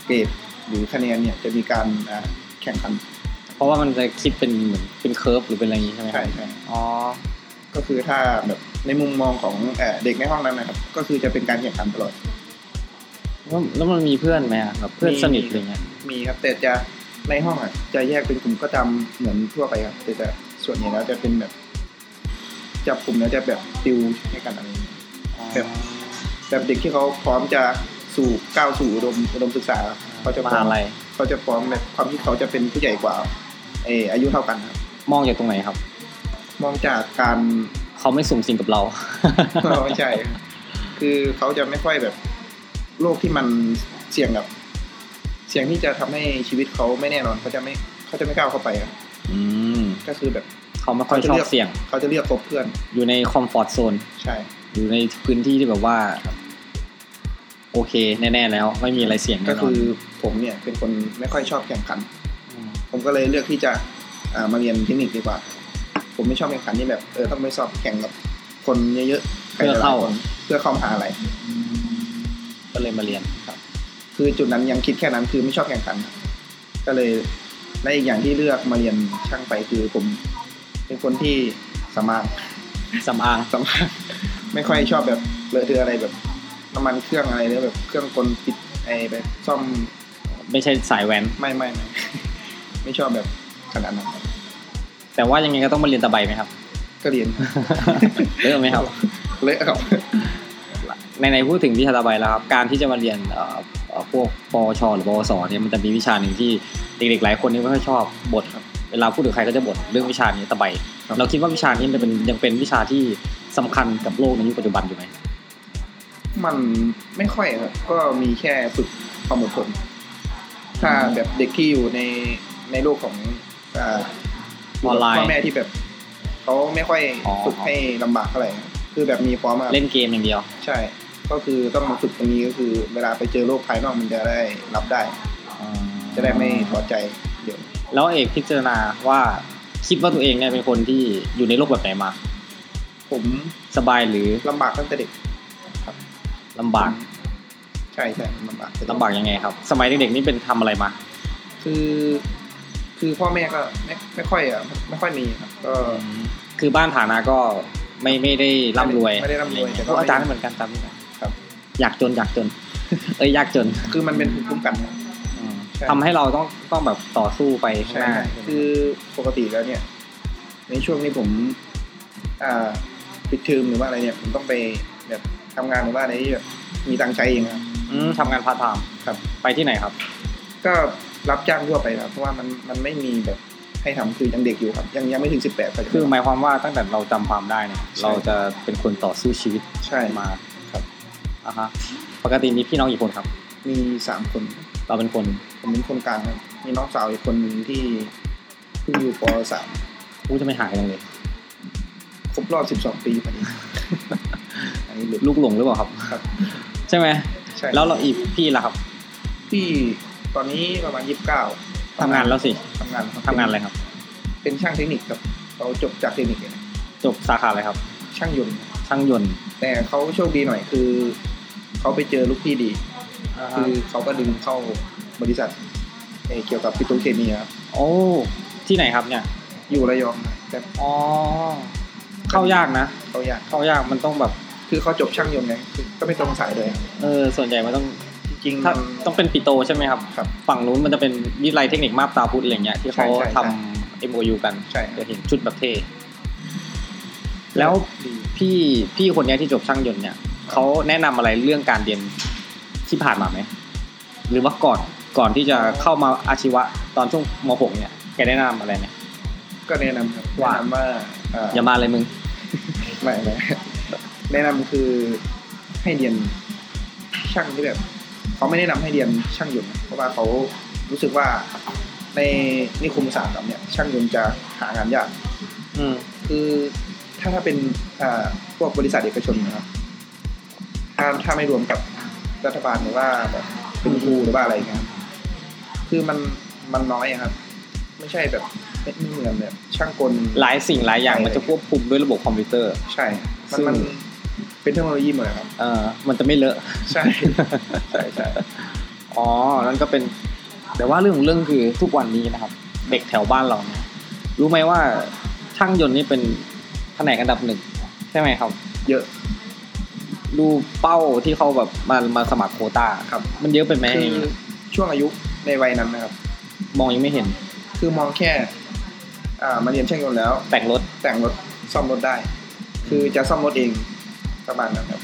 S2: เกรดหรือคะแนนเนี่ยจะมีการอ่าแข่งขัน
S3: เพราะว่ามันจะคิดเป็นเหมือนเป็นเคอร์ฟหรือเป็นอะไรอย่างนี้ใช่ไหมค
S2: ใช่
S3: รับ
S2: ใช่
S3: อ๋อ
S2: ก็คือถ้าแบบในมุมมองของเอ่อเด็กในห้องนั้นนะครับ ก็คือจะเป็นการแข่งขันตลอด
S3: แล้วแล้วมันมีเพื่อนไหมอะแบบเพื่อน
S2: มี
S3: สนิทอะไรเงี้ย
S2: มีครับ แต่จะในห้องอ่ะจะแยกเป็นกลุ่มก็ตามเหมือนทั่วไปครับแต่จะส่วนใหญ่แล้วจะเป็นแบบ จับกลุ่มแล้วจะแบบติวให้กันอะไรอย่างเงี้ย แบบ แบบเด็กที่เขาพร้อมจะสู่ก้าวสู่อุดมอุดมศึกษาครับเขาจะ
S3: ม
S2: พร้อ
S3: หาม ลัย
S2: เขาจะพร้อมแบบความที่เขาจะเป็นผู้ใหญ่กว่าเอออายุเท่ากันครับ
S3: มองจากตรงไหนครับ
S2: มองจากการ (laughs)
S3: เขาไม่สุ่มสิงกับเรา
S2: ไม่ใช่ครับคือเขาจะไม่ค่อยแบบโรคที่มันเสี่ยงกับเสี่ยงที่จะทำให้ชีวิตเขาไม่แน่นอนเขาจะไม่เขาจะไม่ก้าวเข้าไปครับ
S3: อืม
S2: ก็คือแบบ
S3: เขาไม่ค่อยชอบเสี่ยง
S2: เขาจะเลือกคบเพื่อน
S3: อยู่ในคอมฟอร์ z โซน
S2: ใช่
S3: อยู่ในพื้นที่ที่แบบว่า โอเค แน่ๆแล้ว ไม่มีอะไรเสี่ยง
S2: ก็
S3: แน่นอ
S2: คื
S3: น
S2: อผมเนี่ยเป็นคนไม่ค่อยชอบแข่งขัน
S3: ม
S2: ผมก็เลยเลือกที่จะอ่ามาเรียนเทคนิคดีกว่า ผมไม่ชอบแข่งขันที่แบบเออต้องไปสอบแข่งกับคนเยอะๆใครหลยๆคนเพื่อเข้ามหาอะไร
S3: ก็เลยมาเรียน
S2: คือจุดนั้นยังคิดแค่นั้นคือไม่ชอบแข่งขัน ก็เลยและอีกอย่างที่เลือกมาเรียนช่างไฟคือผมเป็นคนที่สมาง
S3: สำอาง
S2: สมาง ไม่ค่อยชอบแบบเลอะเทอะอะไรแบบน้ำมันเครื่องอะไรหรือแบบเครื่องกลปิดไอแบบซ่อม
S3: ไม่ใช่สายแว้น
S2: ไม่ไม่ไม่ (laughs) ไม่ชอบแบบขนาดนั้นครับ (laughs)
S3: แต่ว่ายังไงก็ต้องมาเรียนตะไบไหมครับ
S2: ก็เรียน
S3: เริ่มไหมครับ
S2: เละครับ
S3: ในในพูดถึงวิชาตะไบแล้วครับ การที่จะมาเรียนเอ่อเอ่อพวกปวชหรือปวสเนี่ยมันจะมีวิชาหนึ่งที่เด็กๆหลายคนนี่ไม่ค่อยชอบบ่นครับเวลาพูดถึงใครก็จะบ่นเรื่องวิชานี้ตะไบ
S2: ครับ
S3: เราคิดว่าวิชานี้มันเป็นยังเป็นวิชาที่สำคัญกับโลกในยุคปัจจุบันอยู่ไหม
S2: (laughs) มันไม่ค่อยครับก็มีแค่ฝึกความอดทนถ้าแบบเด็กที่อยู่ในในโลกของอ่า
S3: ออนไล
S2: พ่
S3: น์
S2: อแม่ที่แบบเขาไม่ค่อย
S3: อ๋อ
S2: ฝึกให้ลำบากเท่าไหร่คือแบบมีพร้อมอะ
S3: เล่นเกมอย่างเดียว
S2: ใช่ ก็คือต้องมาฝึกตรงนี้ก็คือ เวลาไปเจอโลกภายนอกมันจะได้รับได้ จะได้ไม่ท้อใจเดี๋ยว
S3: แล้วเอกพิจารณาว่าคิดว่าตัวเองเนี่ยเป็นคนที่อยู่ในโลกแบบไหนมา
S2: ผม
S3: สบายหรือ
S2: ลำบากตั้งแต่เด็ก
S3: ลำบาก
S2: ใช่ใช่ลำบากตั้งแต่เด็
S3: ลำบากยังไงครับ สมัยเด็กๆนี่เป็นทำอะไรมา
S2: คือ คือพ่อแม่ก็ไม่ไม่ค่อยอ่ะไม่ไม่ค่อยมีครับก็
S3: คือบ้านฐานะก็ไม่ไม่ได้ร่ำรวย
S2: ไม่ได้ร่ำรวยแต่ก็
S3: โอ้อาจารย์ก็เหมือนกันจำไม่ได้
S2: ครับ
S3: อยากจนอยากจน (laughs) เอ้ยยากจน
S2: คือมันเป็นภูมิคุ้มกันนะ ใช่
S3: ทำให้เราต้องต้องแบบต่อสู้ไปข้าง
S2: ใช่
S3: หน้า
S2: คือปกติแล้วเนี่ย ในช่วงนี้ผม อ่าปิดเทอมหรือว่าอะไรเนี่ย ผมต้องไปแบบทำงานหรือว่าอะไรที่แบบมีตังค์ใช้เองครับ
S3: มทำงานพาร์ทไทม์
S2: ครับ
S3: ไปที่ไหนครับ
S2: ก็รับจ้างทั่วไปครับเพราะว่ามันมันไม่มีแบบให้ทำคือยังเด็กอยู่ครับ ยังยังไม่ถึงสิบแปดครับ
S3: คือหมายความว่าตั้งแต่เราจำความได้เนี่ย
S2: ใช่
S3: เราจะเป็นคนต่อสู้ชีวิต
S2: ใช่
S3: มา
S2: ครับ
S3: อ่ะฮะปกติมีพี่น้องกี่คนครับ
S2: มีสามคน
S3: เราเป็นคน
S2: ผมเป็นคนกลางครับ มีน้องสาวอีกคนหนึ่งที่เพิ่งอยู่ปสาม
S3: อู้จะไม่หายจังเลย
S2: ครบรอบสิบสองปี
S3: (laughs)
S2: พอดี อันนี้หลุด
S3: ลูกหลงหรือเปล่าครับ
S2: ครับ
S3: ใช่ไหม
S2: ใช่
S3: แล้วเราอีกพี่ล่ะครับ
S2: พี่ตอนนี้ประมาณยี่สิบเก้า
S3: ทำงานแล้วสิ
S2: ทำงานคบ
S3: ทำงานอะไรครับ
S2: เป็นช่างเทคนิคครับเขาจบจากเทคนิคเนี่ย
S3: จบสาขาอะไรครับ
S2: ช่างยนต์
S3: ช่างยนต์
S2: แต่เขาโชคดีหน่อยคือ เขาไปเจอลูกพี่ดี คือเขาก็ดึงเข้าบริษัทเอ่อเกี่ยวกับปิโตรเคมีครับ
S3: โอ้ที่ไหนครับเนี่ย
S2: อยู่ระยองนะแต่
S3: อ๋อ เข้ายากนะ
S2: เขาอยาก
S3: เข้ายากมันต้องแบบ
S2: คือเขาจบช่างยนต์ไงคือก็ไม่ตรงสายเลยครับ
S3: เออ ส่วนใหญ่มันต้อง
S2: จริงๆ
S3: ถ้า
S2: มัน
S3: ต้องเป็นปิโตใช่ไหมครับ
S2: ครับ
S3: ฝั่งนู้นมันจะเป็นวิทยาลัยเทคนิคมาบตาพุธอะไรเงี้ยที่เขา
S2: ใช่ใช่
S3: ท
S2: ใช่
S3: ำ MOU กัน
S2: ใช่ครั
S3: จะ
S2: บ
S3: เห็นชุดแบบเท่ แล้ว
S2: ดี
S3: พี่พี่คนเนี้ยที่จบช่างยนต์เนี่ยเขาแนะนำอะไรเรื่องการเรียนที่ผ่านมาไหม หรือว่าก่อนก่อนที่จะเข้ามาอาชีวะตอนช่วงม .6 เนี่ยแกแนะนำอะไรไหม
S2: ก็แนะนำครับ
S3: ว่า
S2: แนะนำว่าเ
S3: อย่ามาเลยมึง
S2: ไม่ไม่ (laughs) แนะนำคือให้เรียนช่างที่แบบเขาไม่แนะนำให้เรียนช่างยนต์เพราะว่าเขารู้สึกว่าในนิคมอุตสาหกรรมเนี่ย ช่างยนต์จะหางานยาก
S3: อืม
S2: คือถ้าถ้าเป็นอ่าพวกบริษัทเอกชนนะครับถ้าถ้าไม่รวมกับรัฐบาลหรือว่าแบบเป็นครูหรือว่าอะไรเงี้ยครับคือมันมันน้อยอะครับ ไม่ใช่แบบไม่ไม่เหมือนแบบช่างกล
S3: หลายสิ่งหลายอย่างมันจะควบคุมด้วยระบบคอมพิวเตอร์
S2: ใช่ มัน
S3: ซึ่ง
S2: มันเป็นเทคโนโลยีหมดเลยครับ
S3: เอ่อมันจะไม่เลอะ (laughs)
S2: ใช่ ใช่ใช่
S3: อ๋อ นั่นก็เป็น แต่ว่าเรื่องของเรื่องคือทุกวันนี้นะครับ เด็กแถวบ้านเราเนี่ยรู้ไหมว่าช่างยนต์นี่เป็นแผนกอันดับหนึ่งใช่ไหมครับ
S2: เยอะ
S3: ดูเป้าที่เขาแบบมามาสมัครโควตา
S2: ครับ
S3: มันเยอะไปไหม
S2: คือช่วงอายุในวัยนั้นนะครับ
S3: มองยังไม่เห็น
S2: คือมองแค่ อ่ามาเรียนช่างยนต์แล้ว
S3: แต่งรถ
S2: แต่งรถซ่อมรถได้ คือจะซ่อมรถเองประมาณนั้นครับ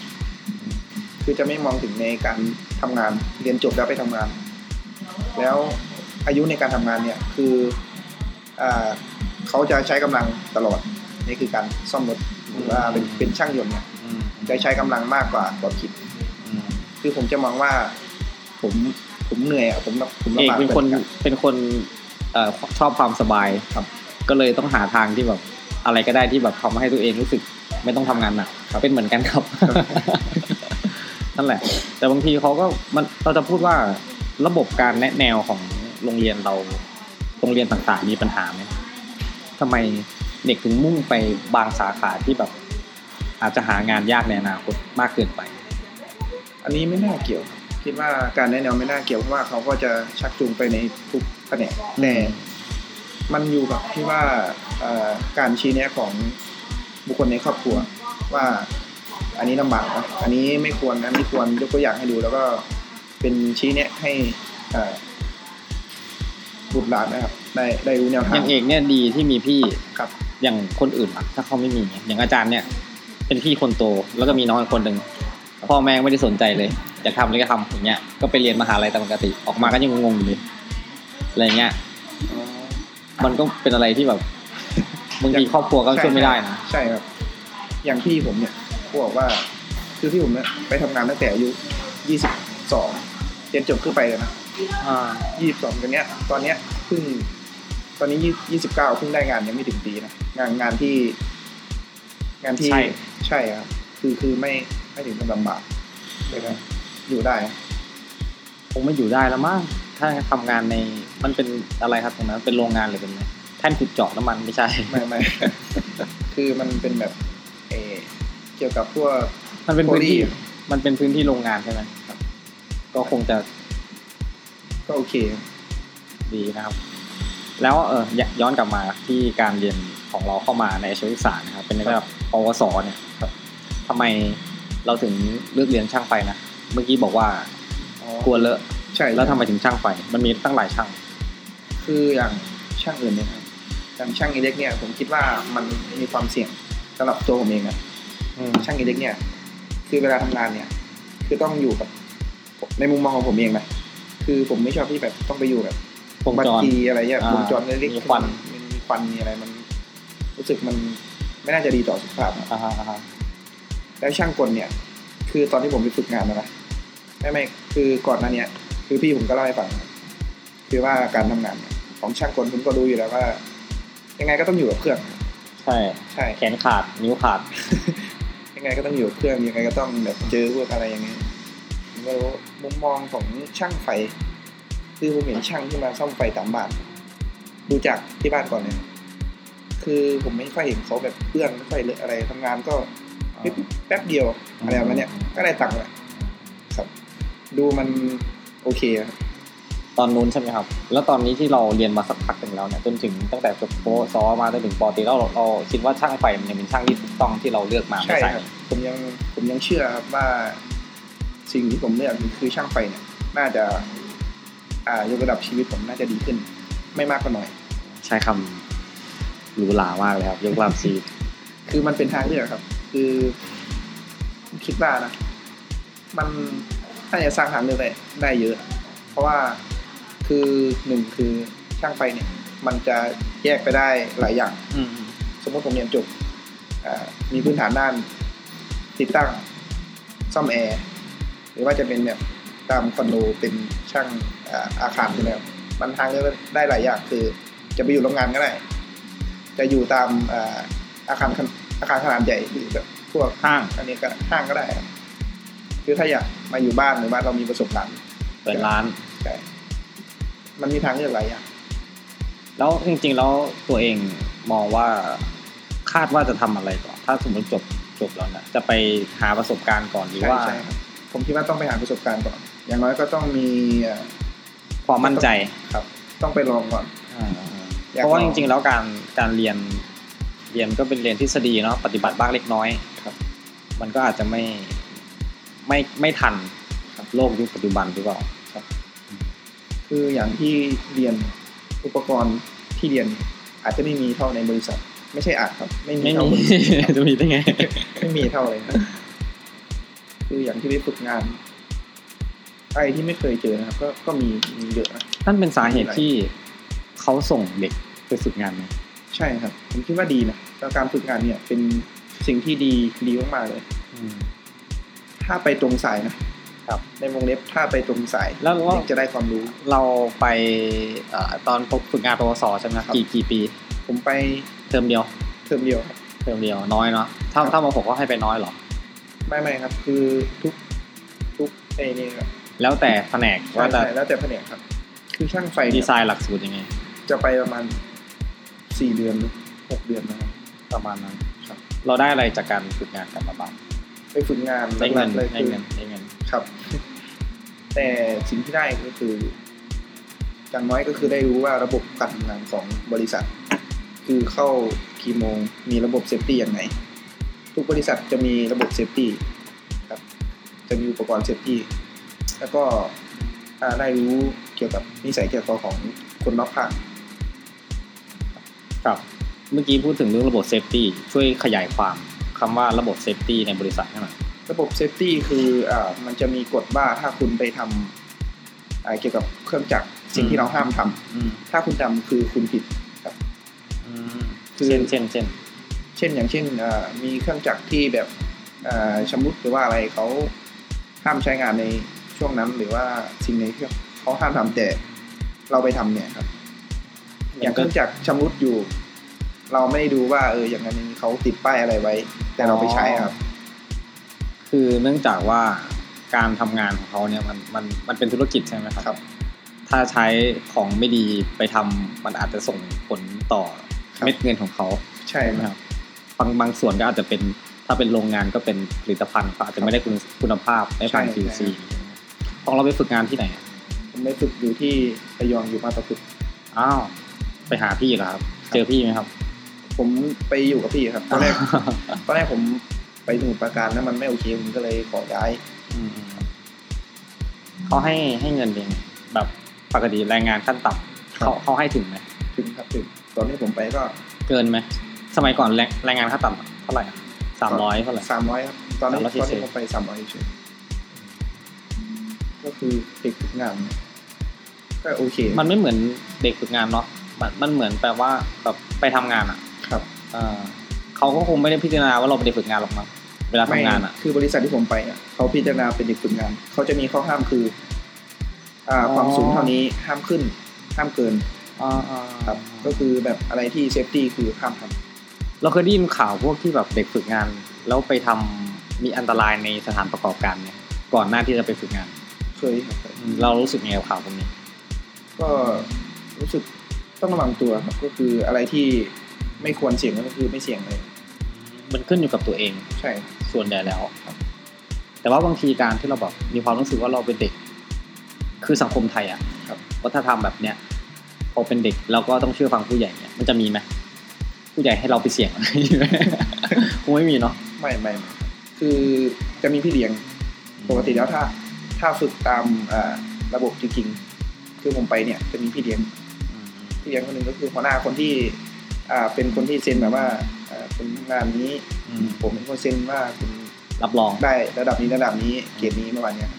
S2: คือจะไม่มองถึงในการทำงาน เรียนจบแล้วไปทำงาน แล้วอายุในการทำงานเนี่ย คืออ่าเขาจะใช้กำลังตลอดนี่คือการซ่อมรถหรือว่าเป็นเป็นช่างยนต์เนี่ยจะใช้กำลังมากกว่าความคิด คือผมจะมองว่า ผมผมเหนื่อยอ่ะผมแบบผม
S3: เอก
S2: ลำบาก
S3: เป็นคน
S2: หมือกั
S3: เป็นคนเอ่อชอบความสบาย
S2: ครับ
S3: ก็เลยต้องหาทางที่แบบอะไรก็ได้ที่แบบทำให้ตัวเองรู้สึกไม่ต้องทำงานหนัก
S2: ครับ
S3: เป็นเหมือนกันครับ
S2: ครับ
S3: (laughs) นั่นแหละ แต่บางทีเขาก็มันเราจะพูดว่าระบบการแนะแนวของโรงเรียนเราโรงเรียนต่างๆ มีปัญหาไหมทำไมเด็กถึงมุ่งไปบางสาขาที่แบบ อาจจะหางานยากในอนาคตมากเกินไป
S2: อันนี้ไม่น่าเกี่ยวครับคิดว่าการแนะแนวไม่น่าเกี่ยวเพราะว่าเขาก็จะชักจูงไปในทุกแผนกแต่มันอยู่กับที่ว่าเอ่อการชี้แนะของบุคคลในครอบครัว ว่าอันนี้ลำบากนะอันนี้ไม่ควรอันนี้ควรยกตัวอย่างให้ดู แล้วก็เป็นชี้แนะให้เอ่อบุตรหลานนะครับได้ได้รู้แนวทา
S3: องย่างเอกเนี่ยดีที่มีพี่
S2: ครับ
S3: อย่างคนอื่นอะถ้าเขาไม่มีอย่างอาจารย์เนี่ย เป็นพี่คนโตแล้วก็มีน้องอีกคนหนึ่งพ่อแม่ไม่ได้สนใจเลยอยากทำอะไรก็ทำอย่างเงี้ยก็ไปเรียนมหาลัยตามปกติออกมาก็ยังงงๆอยู่เลยอะไรเงี้ย มันก็เป็นอะไรที่แบบ (laughs) บางทีครอบครัวก็ช่วยไม่ได้นะ
S2: ใช่ครับ อย่างพี่ผมเนี่ยเขาบอกว่า คือพี่ผมเนี่ยไปทำงานตั้งแต่อายุยี่สิบสองเรียนจบขึ้นไปเลยนะ
S3: อ่า
S2: ยี่สิบสองตอนเนี้ย ตอนเนี้ยเพิ่ง ตอนนี้ยี่สิบเก้าเพิ่งได้งานยังไม่ถึงปีนะงานงานที่ งานที่
S3: ใช่
S2: ใช่ครับคือคือไม่ไม่ถึงกับลำบากเลยนะอยู่ได้นะ
S3: คงไม่อยู่ได้แล้วมั้งถ้าทำงานในมันเป็นอะไรครับตรงนั้นเป็นโรงงานหรือเป็นอะไรแท่นขุดเจาะน้ำมันไม่ใช่
S2: ไม่ (laughs) ไม่ คือมันเป็นแบบเออเกี่ยวกับพวก
S3: มันเป็นพื้นที่
S2: Quarry
S3: มันเป็นพื้นที่โรงงานใช่ไหมครับ ก็คงจะ
S2: ก็โอเค
S3: ดีนะครับ แล้วเออย้ย้อนกลับมาที่การเรียนของเราเข้ามาในอาชีวศึกษานะครับ เป็นในระดับปวสเนี่ยครับทำไมเราถึงเลือกเรียนช่างไฟนะเมื่อกี้บอกว่า
S2: อ๋อ
S3: กลัวเลอะ
S2: ใช่
S3: แล้วทำไมถึงช่างไฟ มันมีตั้งหลายช่าง
S2: คืออย่างช่างอื่นเนี่ยครับอย่างช่างอิเล็กเนี่ย ผมคิดว่ามันมีความเสี่ยงสำหรับตัวผมเองนะ ช่างอิเล็กเนี่ย คือเวลาทำงานเนี่ย คือต้องอยู่กับ ในมุมมองของผมเองนะคือผมไม่ชอบที่แบบต้องไปอยู่แบบ
S3: วงจร
S2: บัตรีอะไรเงี้ย
S3: อ่าว
S2: งจรเล็ก
S3: มีควัน
S2: มันมีควันมีอะไรมัน รู้สึกมันไม่น่าจะดีต่อสุขภาพนะ
S3: อ่าฮะอ่าฮะ
S2: แล้วช่างกลเนี่ย คือตอนที่ผมไปฝึกงานนะนะไม่ไม่คือก่อนหน้าเนี้ยคือพี่ผมก็เล่าให้ฟังนะคือว่าการทำงานเนี่ยของช่างกลผมก็รู้อยู่แล้วว่า ยังไงก็ต้องอยู่กับเครื่อง
S3: ใช่
S2: ใช่
S3: แขนขาดนิ้วขาด
S2: ยังไงก็ต้องอยู่กับเครื่องยังไงก็ต้องแบบเจอพวกอะไรอย่างเงี้ยผมก็รู้มุมมองของช่างไฟ คือผมเห็นช่างที่มาซ่อมไฟตามบ้าน ดูจากที่บ้านก่อนเลยคือผมไม่ค่อยเห็นเขาแบบเพื่อนไม่ค่อยเลอะอะไรทำงานก็ปิ๊บแป๊บเดียวอะไรแบบเนี้ยก็ได้ตังค์แหละครับ ดูมันโอเคครับ
S3: ตอนนู้นใช่ไหมครับ แล้วตอนนี้ที่เราเรียนมาสักพักหนึ่งแล้วเนี่ยจนถึงตั้งแต่จบโปซอมาจนถึงปอตรีแล้วเราเราคิดว่าช่างไฟมันยังเป็นช่างที่ถูกต้องที่เราเลือกมาไหม
S2: ใช่ครับผมยังผมยังเชื่อครับว่า สิ่งที่ผมเลือกคือช่างไฟเนี่ย น่าจะ อ่ายกระดับชีวิตผมน่าจะดีขึ้น ไม่มากก็น้อย
S3: ใช้คำหรูหรามากเลยครับ ยกลามซี
S2: คือมันเป็นทางเลือกครับ คือคิดว่านะ มันน่าจะสร้างทางเลือกได้ได้เยอะ เพราะว่าคือหนึ่งคือช่างไฟเนี่ย มันจะแยกไปได้หลายอย่าง สมมติผมเรียนจบอ่ามีพื้นฐานด้าน ติดตั้งซ่อมแอร์ หรือว่าจะเป็นแบบตามคอนโดเป็นช่างอ่าอาคารใช่ไหมครับมันทางเลือกได้หลายอย่างคือ จะไปอยู่โรงงานก็ได้ จะอยู่ตามอ่าอาคารขนอาคารขนาดใหญ่หรือแบบพวก
S3: ห้าง
S2: อันนี้ก็ห้างก็ได้ครับคือถ้าอยากมาอยู่บ้านหรือว่าเรามีประสบการณ์
S3: เปิดร้าน
S2: ใช่มันมีทางเลือกหลายอย่าง
S3: แล้วจริงๆแล้วตัวเองมองว่าคาดว่าจะทำอะไรก่อน ถ้าสมมติจบจบแล้วเนี่ยจะไปหาประสบการณ์ก่อนหรือ
S2: ใช่
S3: ว่า
S2: ใช่ครับผมคิดว่าต้องไปหาประสบการณ์ก่อน อย่างน้อยก็ต้องมีเอ่อ
S3: ความมั่นใจ
S2: ครับ ต้องไปลองก่อน อยาก
S3: เพราะ
S2: ล
S3: ว่าจ
S2: อง
S3: ริงๆ แล้วการการเรียนเรียนก็เป็นเรียนทฤษฎีเนาะปฏิบัติบ้างเล็กน้อย
S2: ครับ
S3: มันก็อาจจะไม่ไม่ไม่ทัน
S2: ครับ
S3: โลกยุคปัจจุบันหรือเปล่า
S2: คืออย่างที่เรียนอุปกรณ์ที่เรียน อาจจะไม่มีเท่าในบริษัท ไม่ใช่อาจครับ ไม่มี
S3: ไม่
S2: เท่า
S3: มี
S2: บริษัท
S3: (laughs) จะมีได้ไง
S2: ไม่มีเท่าเลยครับคืออย่างที่ไปฝึกงานอะไรที่ไม่เคยเจอนะครับ ก็ก็มีมีเยอะนะ
S3: นั่นเป็นสาเหตุที่เขาส่งเด็กไปฝึกงานไหม
S2: ใช่ครับ ผมคิดว่าดีนะแล้วการฝึกงานเนี่ย เป็นสิ่งที่ดีดีมากๆเลย ถ้าไปตรงสายนะครับ ในวงเล็บถ้าไปตรงสาย
S3: แล้วเรา
S2: เด็กจะได้ความรู้
S3: เราไปเอ่อตอนฝึกงานปวสใช่ไหม
S2: ครับ
S3: กี่กี่ปี
S2: ผมไป
S3: เทอมเดียว
S2: เทอมเดียวครับ
S3: เทอมเดียวน้อยเนาะถ้า
S2: ครับ
S3: ถ้ามาผมก็ให้ไปน้อยเหรอ
S2: ไม่ไม่ครับ คือทุกทุกไอ้นี่ครับ
S3: แล้วแต่แผนก
S2: ใช่
S3: ว่าจะ
S2: ใช่แล้วแต่แผนกครับ คือช่างไฟเนี่ย
S3: ดีไซน์หลักสูตรยังไง
S2: จะไปประมาณสี่เดือนหรือหกเดือนนะครับ
S3: ประมาณนั้น
S2: ครับ
S3: เราได้อะไรจากการฝึกงานกลับมาบ้าง
S2: ไปฝึกงาน
S3: ได้เงิน
S2: หลักๆเลย
S3: ได้
S2: คือ
S3: เงินได้เงิน
S2: ครับ แต่สิ่งที่ได้ก็คืออย่างน้อยก็คือได้รู้ว่าระบบการทำงานของบริษัท คือเข้ากี่โมงมีระบบเซฟตี้อย่างไรทุกบริษัทจะมีระบบเซฟตี้ครับ จะมีอุปกรณ์เซฟตี้แล้วก็อ่าได้รู้เกี่ยวกับนิสัยเกี่ยวกับของคนรอบข้าง
S3: ครับ เมื่อกี้พูดถึงเรื่องระบบเซฟตี้ช่วยขยายความคำว่าระบบเซฟตี้ในบริษัทให้หน่อย
S2: ระบบเซฟตี้คืออ่ามันจะมีกฎว่าถ้าคุณไปทำอ่าเกี่ยวกับเครื่องจักรสิ่งที่เราห้ามทำ
S3: อืม
S2: ถ้าคุณทำคือคุณผิด คือ
S3: เช่นเช่นเช่น
S2: เช่นอย่างเช่นอ่ามีเครื่องจักรที่แบบอ่าชำรุดหรือว่าอะไรเขาห้ามใช้งานในช่วงนั้น หรือว่าสิ่งไหนที่เขาห้ามทำแต่เราไปทำเนี่ยครับ อย่างเครื่องจักรชำรุดอยู่ เราไม่ได้ดูว่าเอออย่างนั้นอย่างนี้เขาติดป้ายอะไรไว้ แต่เราไปใช้อะครับ
S3: คือเนื่องจากว่าการทำงานของเขาเนี่ยมันมันมันเป็นธุรกิจใช่ไหมครับ
S2: ครับ
S3: ถ้าใช้ของไม่ดีไปทำมันอาจจะส่งผลต่อเม็ดเงินของเขา
S2: ใช่
S3: ใช่ไหม
S2: ค
S3: ครับ รับบางบางส่วนก็อาจจะเป็นถ้าเป็นโรงงานก็เป็นผลิตภัณฑ์ก็อาจจะไม่ได้คุณคุณภาพไม่ผ่าน
S2: ใช่
S3: QC
S2: ใช่
S3: ของเราไปฝึกงานที่ไหนอะ
S2: ผมได้ฝึกอยู่ที่ระยองอยู่มาตะพุด
S3: อ้าวไปหาพี่เหรอครับ เจอพี่ไหมครับ
S2: ผมไปอยู่กับพี่ครับตอนแร
S3: (laughs)
S2: ก ตอนแรกผมไปสมุทรปราการแล้วมันไม่โอเคผมก็เลยขอย้าย
S3: อืมเขาให้ให้เงินเองแบบปกติแรงงานขั้นต่ำ
S2: ครับ
S3: เขาเขาให้ถึงไหม
S2: ถึงครับถึงตอนที่ผมไปก็
S3: เกินไหมสมัยก่อนแรงแรงงานขั้นต่ำเท่าไหร่สามร้อยเท่าไหร่
S2: สามร้อยครับตอนนี้น
S3: 300
S2: ตอน
S3: เฉ
S2: นี้
S3: ยๆ
S2: ผมไปสามร้อยเฉยก็คือเด็กฝึกงานเนี่ยก็โอเค
S3: มันไม่เหมือนเด็กฝึกงานเนาะมันมันเหมือนแปลว่าแบบไปทำงานอ่ะ
S2: ครับ
S3: เอ่อเขาก็คงไม่ได้พิจารณาว่าเราไปฝึกงานหรอกมั้งเวลาทำงานอ่ะ
S2: คือบริษัทที่ผมไปอ่ะเขาพิจารณาเป็นเด็กฝึกงานเขาจะมีข้อห้ามคือ อ่า
S3: อ๋อ
S2: ความสูงเท่านี้ห้ามขึ้น ห้ามเกิน
S3: อ่าอ่า
S2: ครับ ก็คือแบบอะไรที่เซฟตี้คือห้ามท
S3: เราเคยได้ยินข่าวพวกที่แบบเด็กฝึกงาน แล้วไปทำมีอันตรายในสถานประกอบการเนี่ยก่อนหน้าที่จะไปฝึกงาน
S2: ำเคยครับเคย
S3: อืมเรารู้สึกไงกับข่าวพวกนี้
S2: ก็รู้สึกต้องระวังตัวครับก็คืออะไรที่ไม่ควรเสี่ยงก็คือไม่เสี่ยงเลย
S3: มันขึ้นอยู่กับตัวเอง
S2: ใช่
S3: ส่วนใหญ่แล้ว แต่ว่าบางทีการที่เราแบบมีความรู้สึกว่าเราเป็นเด็ก คือสังคมไทยอ่ะ
S2: ครับ
S3: วัฒนธรรมแบบเนี้ยพอเป็นเด็กเราก็ต้องเชื่อฟังผู้ใหญ่เนี่ยมันจะมีไหมผู้ใหญ่ให้เราไปเสี่ยง (laughs) อะไรอยู่ไหม คงไม่มีเนาะ
S2: ไม่ไม่ไม่คือจะมีพี่เลี้ยงปกติแล้วถ้า ถ้าฝึกตามอ่าระบบจริงๆคือผมไปเนี่ยจะมีพี่เลี้ยงพี่เลี้ยงคนหนึ่งก็คือหัวหน้าคนที่อ่าเป็นคนที่เซ็นแบบว่าอ่าคุณงานนี้
S3: อืม
S2: ผมเป็นคนเซ็นว่าคุณ
S3: รับรอง
S2: ได้ระดับนี้ระดับนี้เกรดนี้เมื่อวานเนี้ย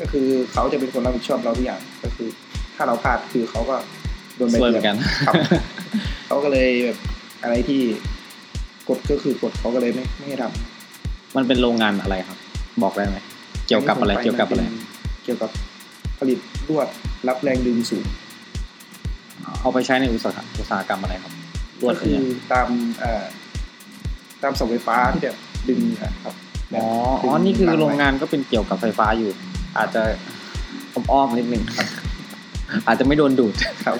S2: ก็คือเขาจะเป็นคนรับผิดชอบเราทุกอย่างก็คือ ถ้าเราพลาดคือเขาก็โดนใบ
S3: สวย
S2: เตื
S3: เหมื
S2: อ
S3: อนกัน น
S2: ครับ เขาก็เลยแบบอะไรที่กดก็คือกดเขาก็เลยไม่ไม่ให้ท
S3: มันเป็นโรงงานอะไรครับ บอกได้ไหม
S2: ำ
S3: เกี่ยวกับอะไร
S2: นนี้
S3: เกี่ยวกับอะไร
S2: มันเกี่ยวกับผลิตลวดรับแรงดึงสูง
S3: เอาไปใช้ในอุตสาหอุตสาหกรรมอะไรครับลว
S2: ก็
S3: ด
S2: คื
S3: เนี่
S2: อย ตามเอ่อตามเสาไฟฟ้าที่แบบดึงนะครับแบบ
S3: อ๋ออ๋อ
S2: ดึ
S3: นี่คือ
S2: ตั้ไว้
S3: โรงงานก็เป็นเกี่ยวกับไฟฟ้าอยู่ อาจจะอ้อมๆนิดนึงครับ อาจจะไม่โดนดูด
S2: ครับ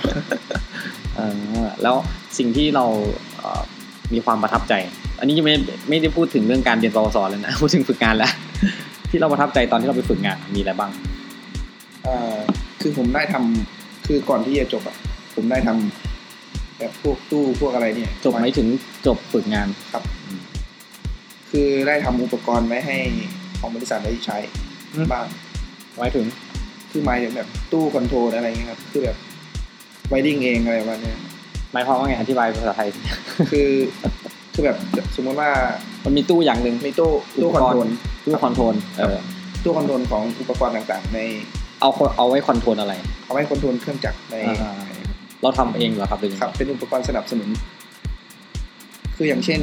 S3: เออแล้วสิ่งที่เราเอ่อมีความประทับใจ อันนี้ยังไม่ไม่ได้พูดถึงเรื่องการเรียนปวสเลยนะ (laughs) พูดถึงฝึกงานแล้ว ที่เราประทับใจตอนที่เราไปฝึกงานมีอะไรบ้าง
S2: เอ่อคือผมได้ทำคือก่อนที่จะจบอ่ะผมได้ทำแบบพวกตู้พวกอะไรเนี่ย
S3: จบไหมถึงจบฝึกงาน
S2: ครับ คือได้ทำอุปกรณ์ไว้ให้ของบริษัทได้ใช้
S3: อืม
S2: บ้าง
S3: ไว้ถึง
S2: คือหมายถึงแบบตู้คอนโทรลอะไรเงี้ยครับ คือแบบไวดิ้งเองอะไรประมาณเนี้ย
S3: หมายความว่าไงอธิบายเป็นภาษาไทยสิ (laughs)
S2: คือ (laughs) คือแบบสมมติว่า
S3: มันมีตู้อย่างหนึ่ง
S2: มีตู้ตู้คอนโทรล
S3: ตู้คอนโทรลเออ
S2: ตู้คอนโทรลของอุปกรณ์ต่างๆ ใน
S3: เอาคนเอาไว้คอนโทรลอะไร
S2: เอาไว้คอนโทรลเครื่องจักรใน
S3: อ่า เราทำเองเหรอครับหรือยัง
S2: ครับ เป็นอุปกรณ์สนับสนุน คืออย่างเช่น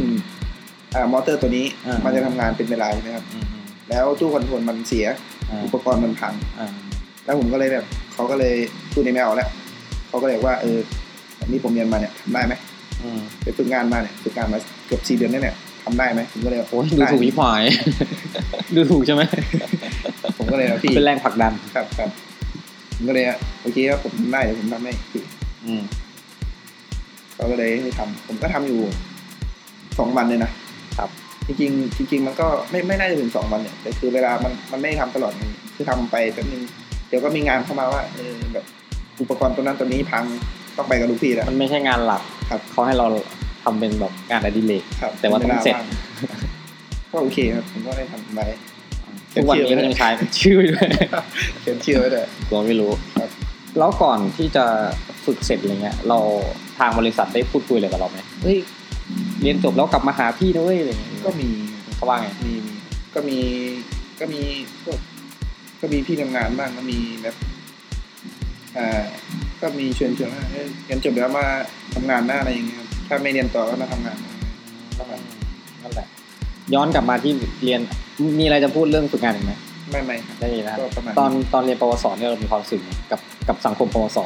S2: อ่ามอเตอร์ตัวนี้
S3: ามั
S2: มันจะทำงานเป็นเวลาใช่ไหมครับ
S3: อืม
S2: แล้วตู้คอนโทรลมันเสีย
S3: อืม
S2: อุปกรณ์มันพัง
S3: อ่า
S2: แล้วผมก็เลยแบบเขาก็เลยพูดในแมวแล้วเขาก็เลยว่าเอออันนี้ผมเรียนมาเนี่ยทำได้ไหม
S3: อืม
S2: ไปฝึกงานมาเนี่ยฝึกงานมาเกือบสี่เดือนแล้วเนี่ยทำได้ไหมผมก็เลย
S3: โอ้ยดูถูก
S2: ได้
S3: พี่ควาย ดูถูกใช่ไหม
S2: ผมก็เลยว่าพี่
S3: เป็นแรงผลักดัน
S2: ครับครับผมก็เลยว่าโอเคครับผมทำได้เดี๋ยวผมทำให้พี่
S3: อืม
S2: เขาก็เลยให้ทำผมก็ทำอยู่สองวันเลยนะครับ จริงๆจริง ๆ มันก็ไม่ไม่น่าจะถึงสองวันเนี่ยแต่คือเวลามันมันไม่ได้ทำตลอดไงคือทำไปแป๊บนึงเดี๋ยวก็มีงานเข้ามาว่าเออแบบอุปกรณ์ตัวนั้นตัวนี้พังต้องไปกับลูกพี่แล้ว
S3: มันไม่ใช่งานหลัก
S2: ครับ
S3: เขาให้เราทำเป็นแบบงานอดิเรก
S2: ครับ
S3: แต่ว่าต้องเสร็จ
S2: วลาว่างก็โอเคครับผมก็ได้ทำไป
S3: ทุกวันนี้ก็ยังใช้ (laughs) ชื่อด้วย
S2: เขียนชื่อไว้เลย
S3: กลัวไม่รู้
S2: ครับ
S3: แล้วก่อนที่จะฝึกเสร็จอะไรเงี้ย เราทางบริษัทได้พูดคุยอะไรกับเราไหม เฮ้ยเรียนจบแล้วกลับมาหาพี่นะเว้ยอะไรอย่างเงี้ย
S2: ก็มี
S3: เขาว่าไง
S2: มีมีก็มีก็มีพวกก็มีพี่ทำงานบ้างก็มีแบบอ่าก็มีชวนชวนว่าเอ้ยเรียนจบแล้วมาทำงานหน้าอะไรอย่างเงี้ยครับถ้าไม่เรียนต่อก็มาทำงานนะประมาณนั้น
S3: นั่นแหละย้อนกลับมาที่เรียนมีอะไรจะพูดเรื่องฝึกงานอีกไหม
S2: ไม่ไม่ครับ
S3: ได้มีนะ
S2: ก็ประมาณ
S3: ตอนตอนเรียนปวสเนี่ยเรามีความรู้สึกไงกับกับสังคมปวส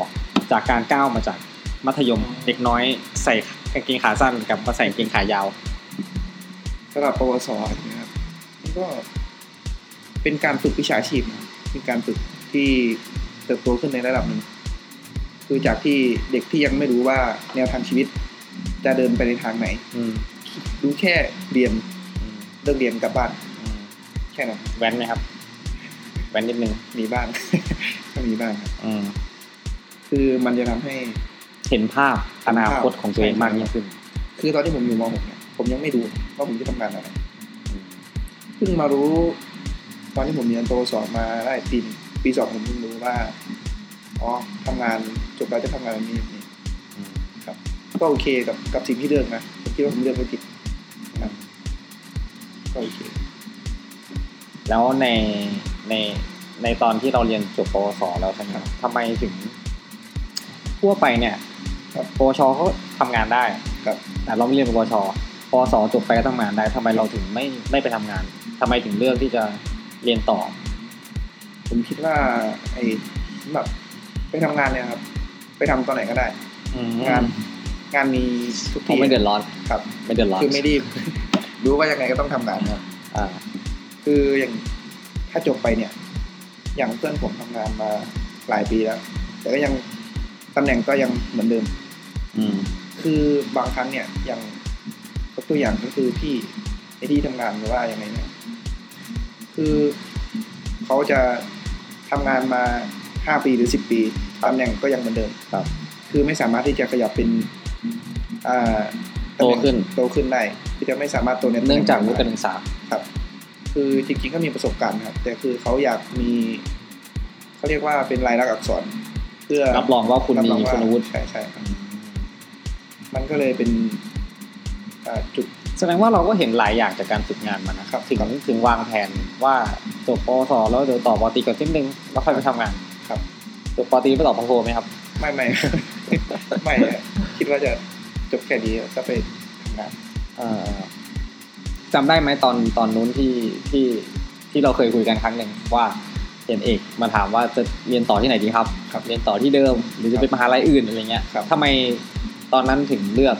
S3: จากการก้าวมาจากมัธยมเด็กน้อยใส่กางเกงขาสั้นกับมาใส่กางเกงขายาว
S2: สำหรับปวสนะครับมันก็เป็นการฝึกวิชาชีพนะครับเป็นการฝึกที่เติบโตขึ้นในระดับหนึ่งคือจากที่เด็กที่ยังไม่รู้ว่าแนวทางชีวิต จะเดินไปในทางไหน
S3: อืม
S2: รู้แค่เรียน
S3: อืม
S2: เลิกเรียนกลับบ้าน
S3: อืม
S2: แค่นั้น
S3: แว้นไหมครับ แว้นนิดนึง
S2: มีบ้าง (laughs) ก็มีบ้างครับ
S3: อืม
S2: คือมันจะทำให้
S3: เห็นภาพอนาคตของตัวเองมากยิ่งขึ้น
S2: คือตอนที่ผมอยู่ม .6 เนี่ยผมยังไม่รู้ว่าผมจะทำงานอะไรเพิ่งมารู้ ตอนที่ผมเรียนโตสอบมาได้ปีหนึ่งปีสองผมเพิ่งรู้ว่าอ๋อทำงานจบแล้วจะทำงานแบบนี้แบบนี้ ก็โอเคกับกับสิ่งที่เลือกนะผมคิดว่าผมเลือกไม่ผิดนะครับก็โอเค
S3: แล้วในในในตอนที่เราเรียนจบปวสแล้วใช่ไหมครับทำไมถึง ทั่วไปเนี่ย
S2: ครับ
S3: ปวชเขาทำงานได้
S2: ครับ
S3: แต่เราไม่เรียนปวชปวสจบไปก็ทำงานได้ทำไมเราถึงไม่ไม่ไปทำงานทำไมถึงเลือกที่จะเรียนต่อ
S2: ผมคิดว่า ไอ้สำหรับไปทำงานเนี่ยครับ ไปทำตอนไหนก็ได้ งาน งานมีทุก
S3: ผม
S2: ที่
S3: ไม่เดือดร้อน
S2: ครับ
S3: ไม่เดือดร้อน
S2: คือไม่รีบ รู้ว่ายังไงก็ต้องทำงานครับ
S3: อ่า
S2: คืออย่างถ้าจบไปเนี่ย อย่างเพื่อนผมทำงานมาหลายปีแล้ว แต่ก็ยังตำแหน่งก็ยังเหมือนเดิม
S3: อืม
S2: คือบางครั้งเนี่ยอย่างยกตัวอย่างก็คือพี่ในที่ทำงานหรือว่าอย่างไรเนี่ยคือเขาจะทำงานมาห้าปีหรือสิบปีตำแหน่งก็ยังเหมือนเดิม
S3: ครับ
S2: คือไม่สามารถที่จะขยับเป็นอ่าำแหง
S3: โตขึ้น
S2: โตขึ้นได้ที่จะไม่สามารถโตในตำแห
S3: เนื่องจากวุฒิ
S2: ได้
S3: การศึกษา
S2: ครับ คือจริงๆก็มีประสบการณ์ครับ แต่คือเขาอยากมีเขาเรียกว่าเป็นลายลักษณ์อักษร เพื่อ
S3: รับรองว่าคุณมี
S2: รับรอง
S3: คุณวุฒิ
S2: ใช่ใช่ครับ มันก็เลยเป็นอ่าจุด
S3: แสดงว่าเราก็เห็นหลายอย่างจากการฝึกงานมานะครับ ถึง
S2: ครับ
S3: ถึงวางแผนว่าจบปวสแล้วเดี๋ยวต่อปอตรีก่อนนิดนึงแล้วค่อยไปทำงาน
S2: ครับ
S3: จบปอตรีไปต่อปอโทไหมครับ
S2: ไม่ไม่ ไม่อะคิดว่าจะจบแค่นี้ก็ไปทำงาน
S3: เอ่อจำได้ไหมตอนตอนนู้นที่ที่ที่เราเคยคุยกันครั้งหนึ่งว่าเห็นเอกมาถามว่าจะเรียนต่อที่ไหนดีครับ
S2: ครับ
S3: เรียนต่อที่เดิม หรือจะเป็นมหาลัยอื่นอะไรเงี้ย
S2: ครับ
S3: ทำไมตอนนั้นถึงเลือก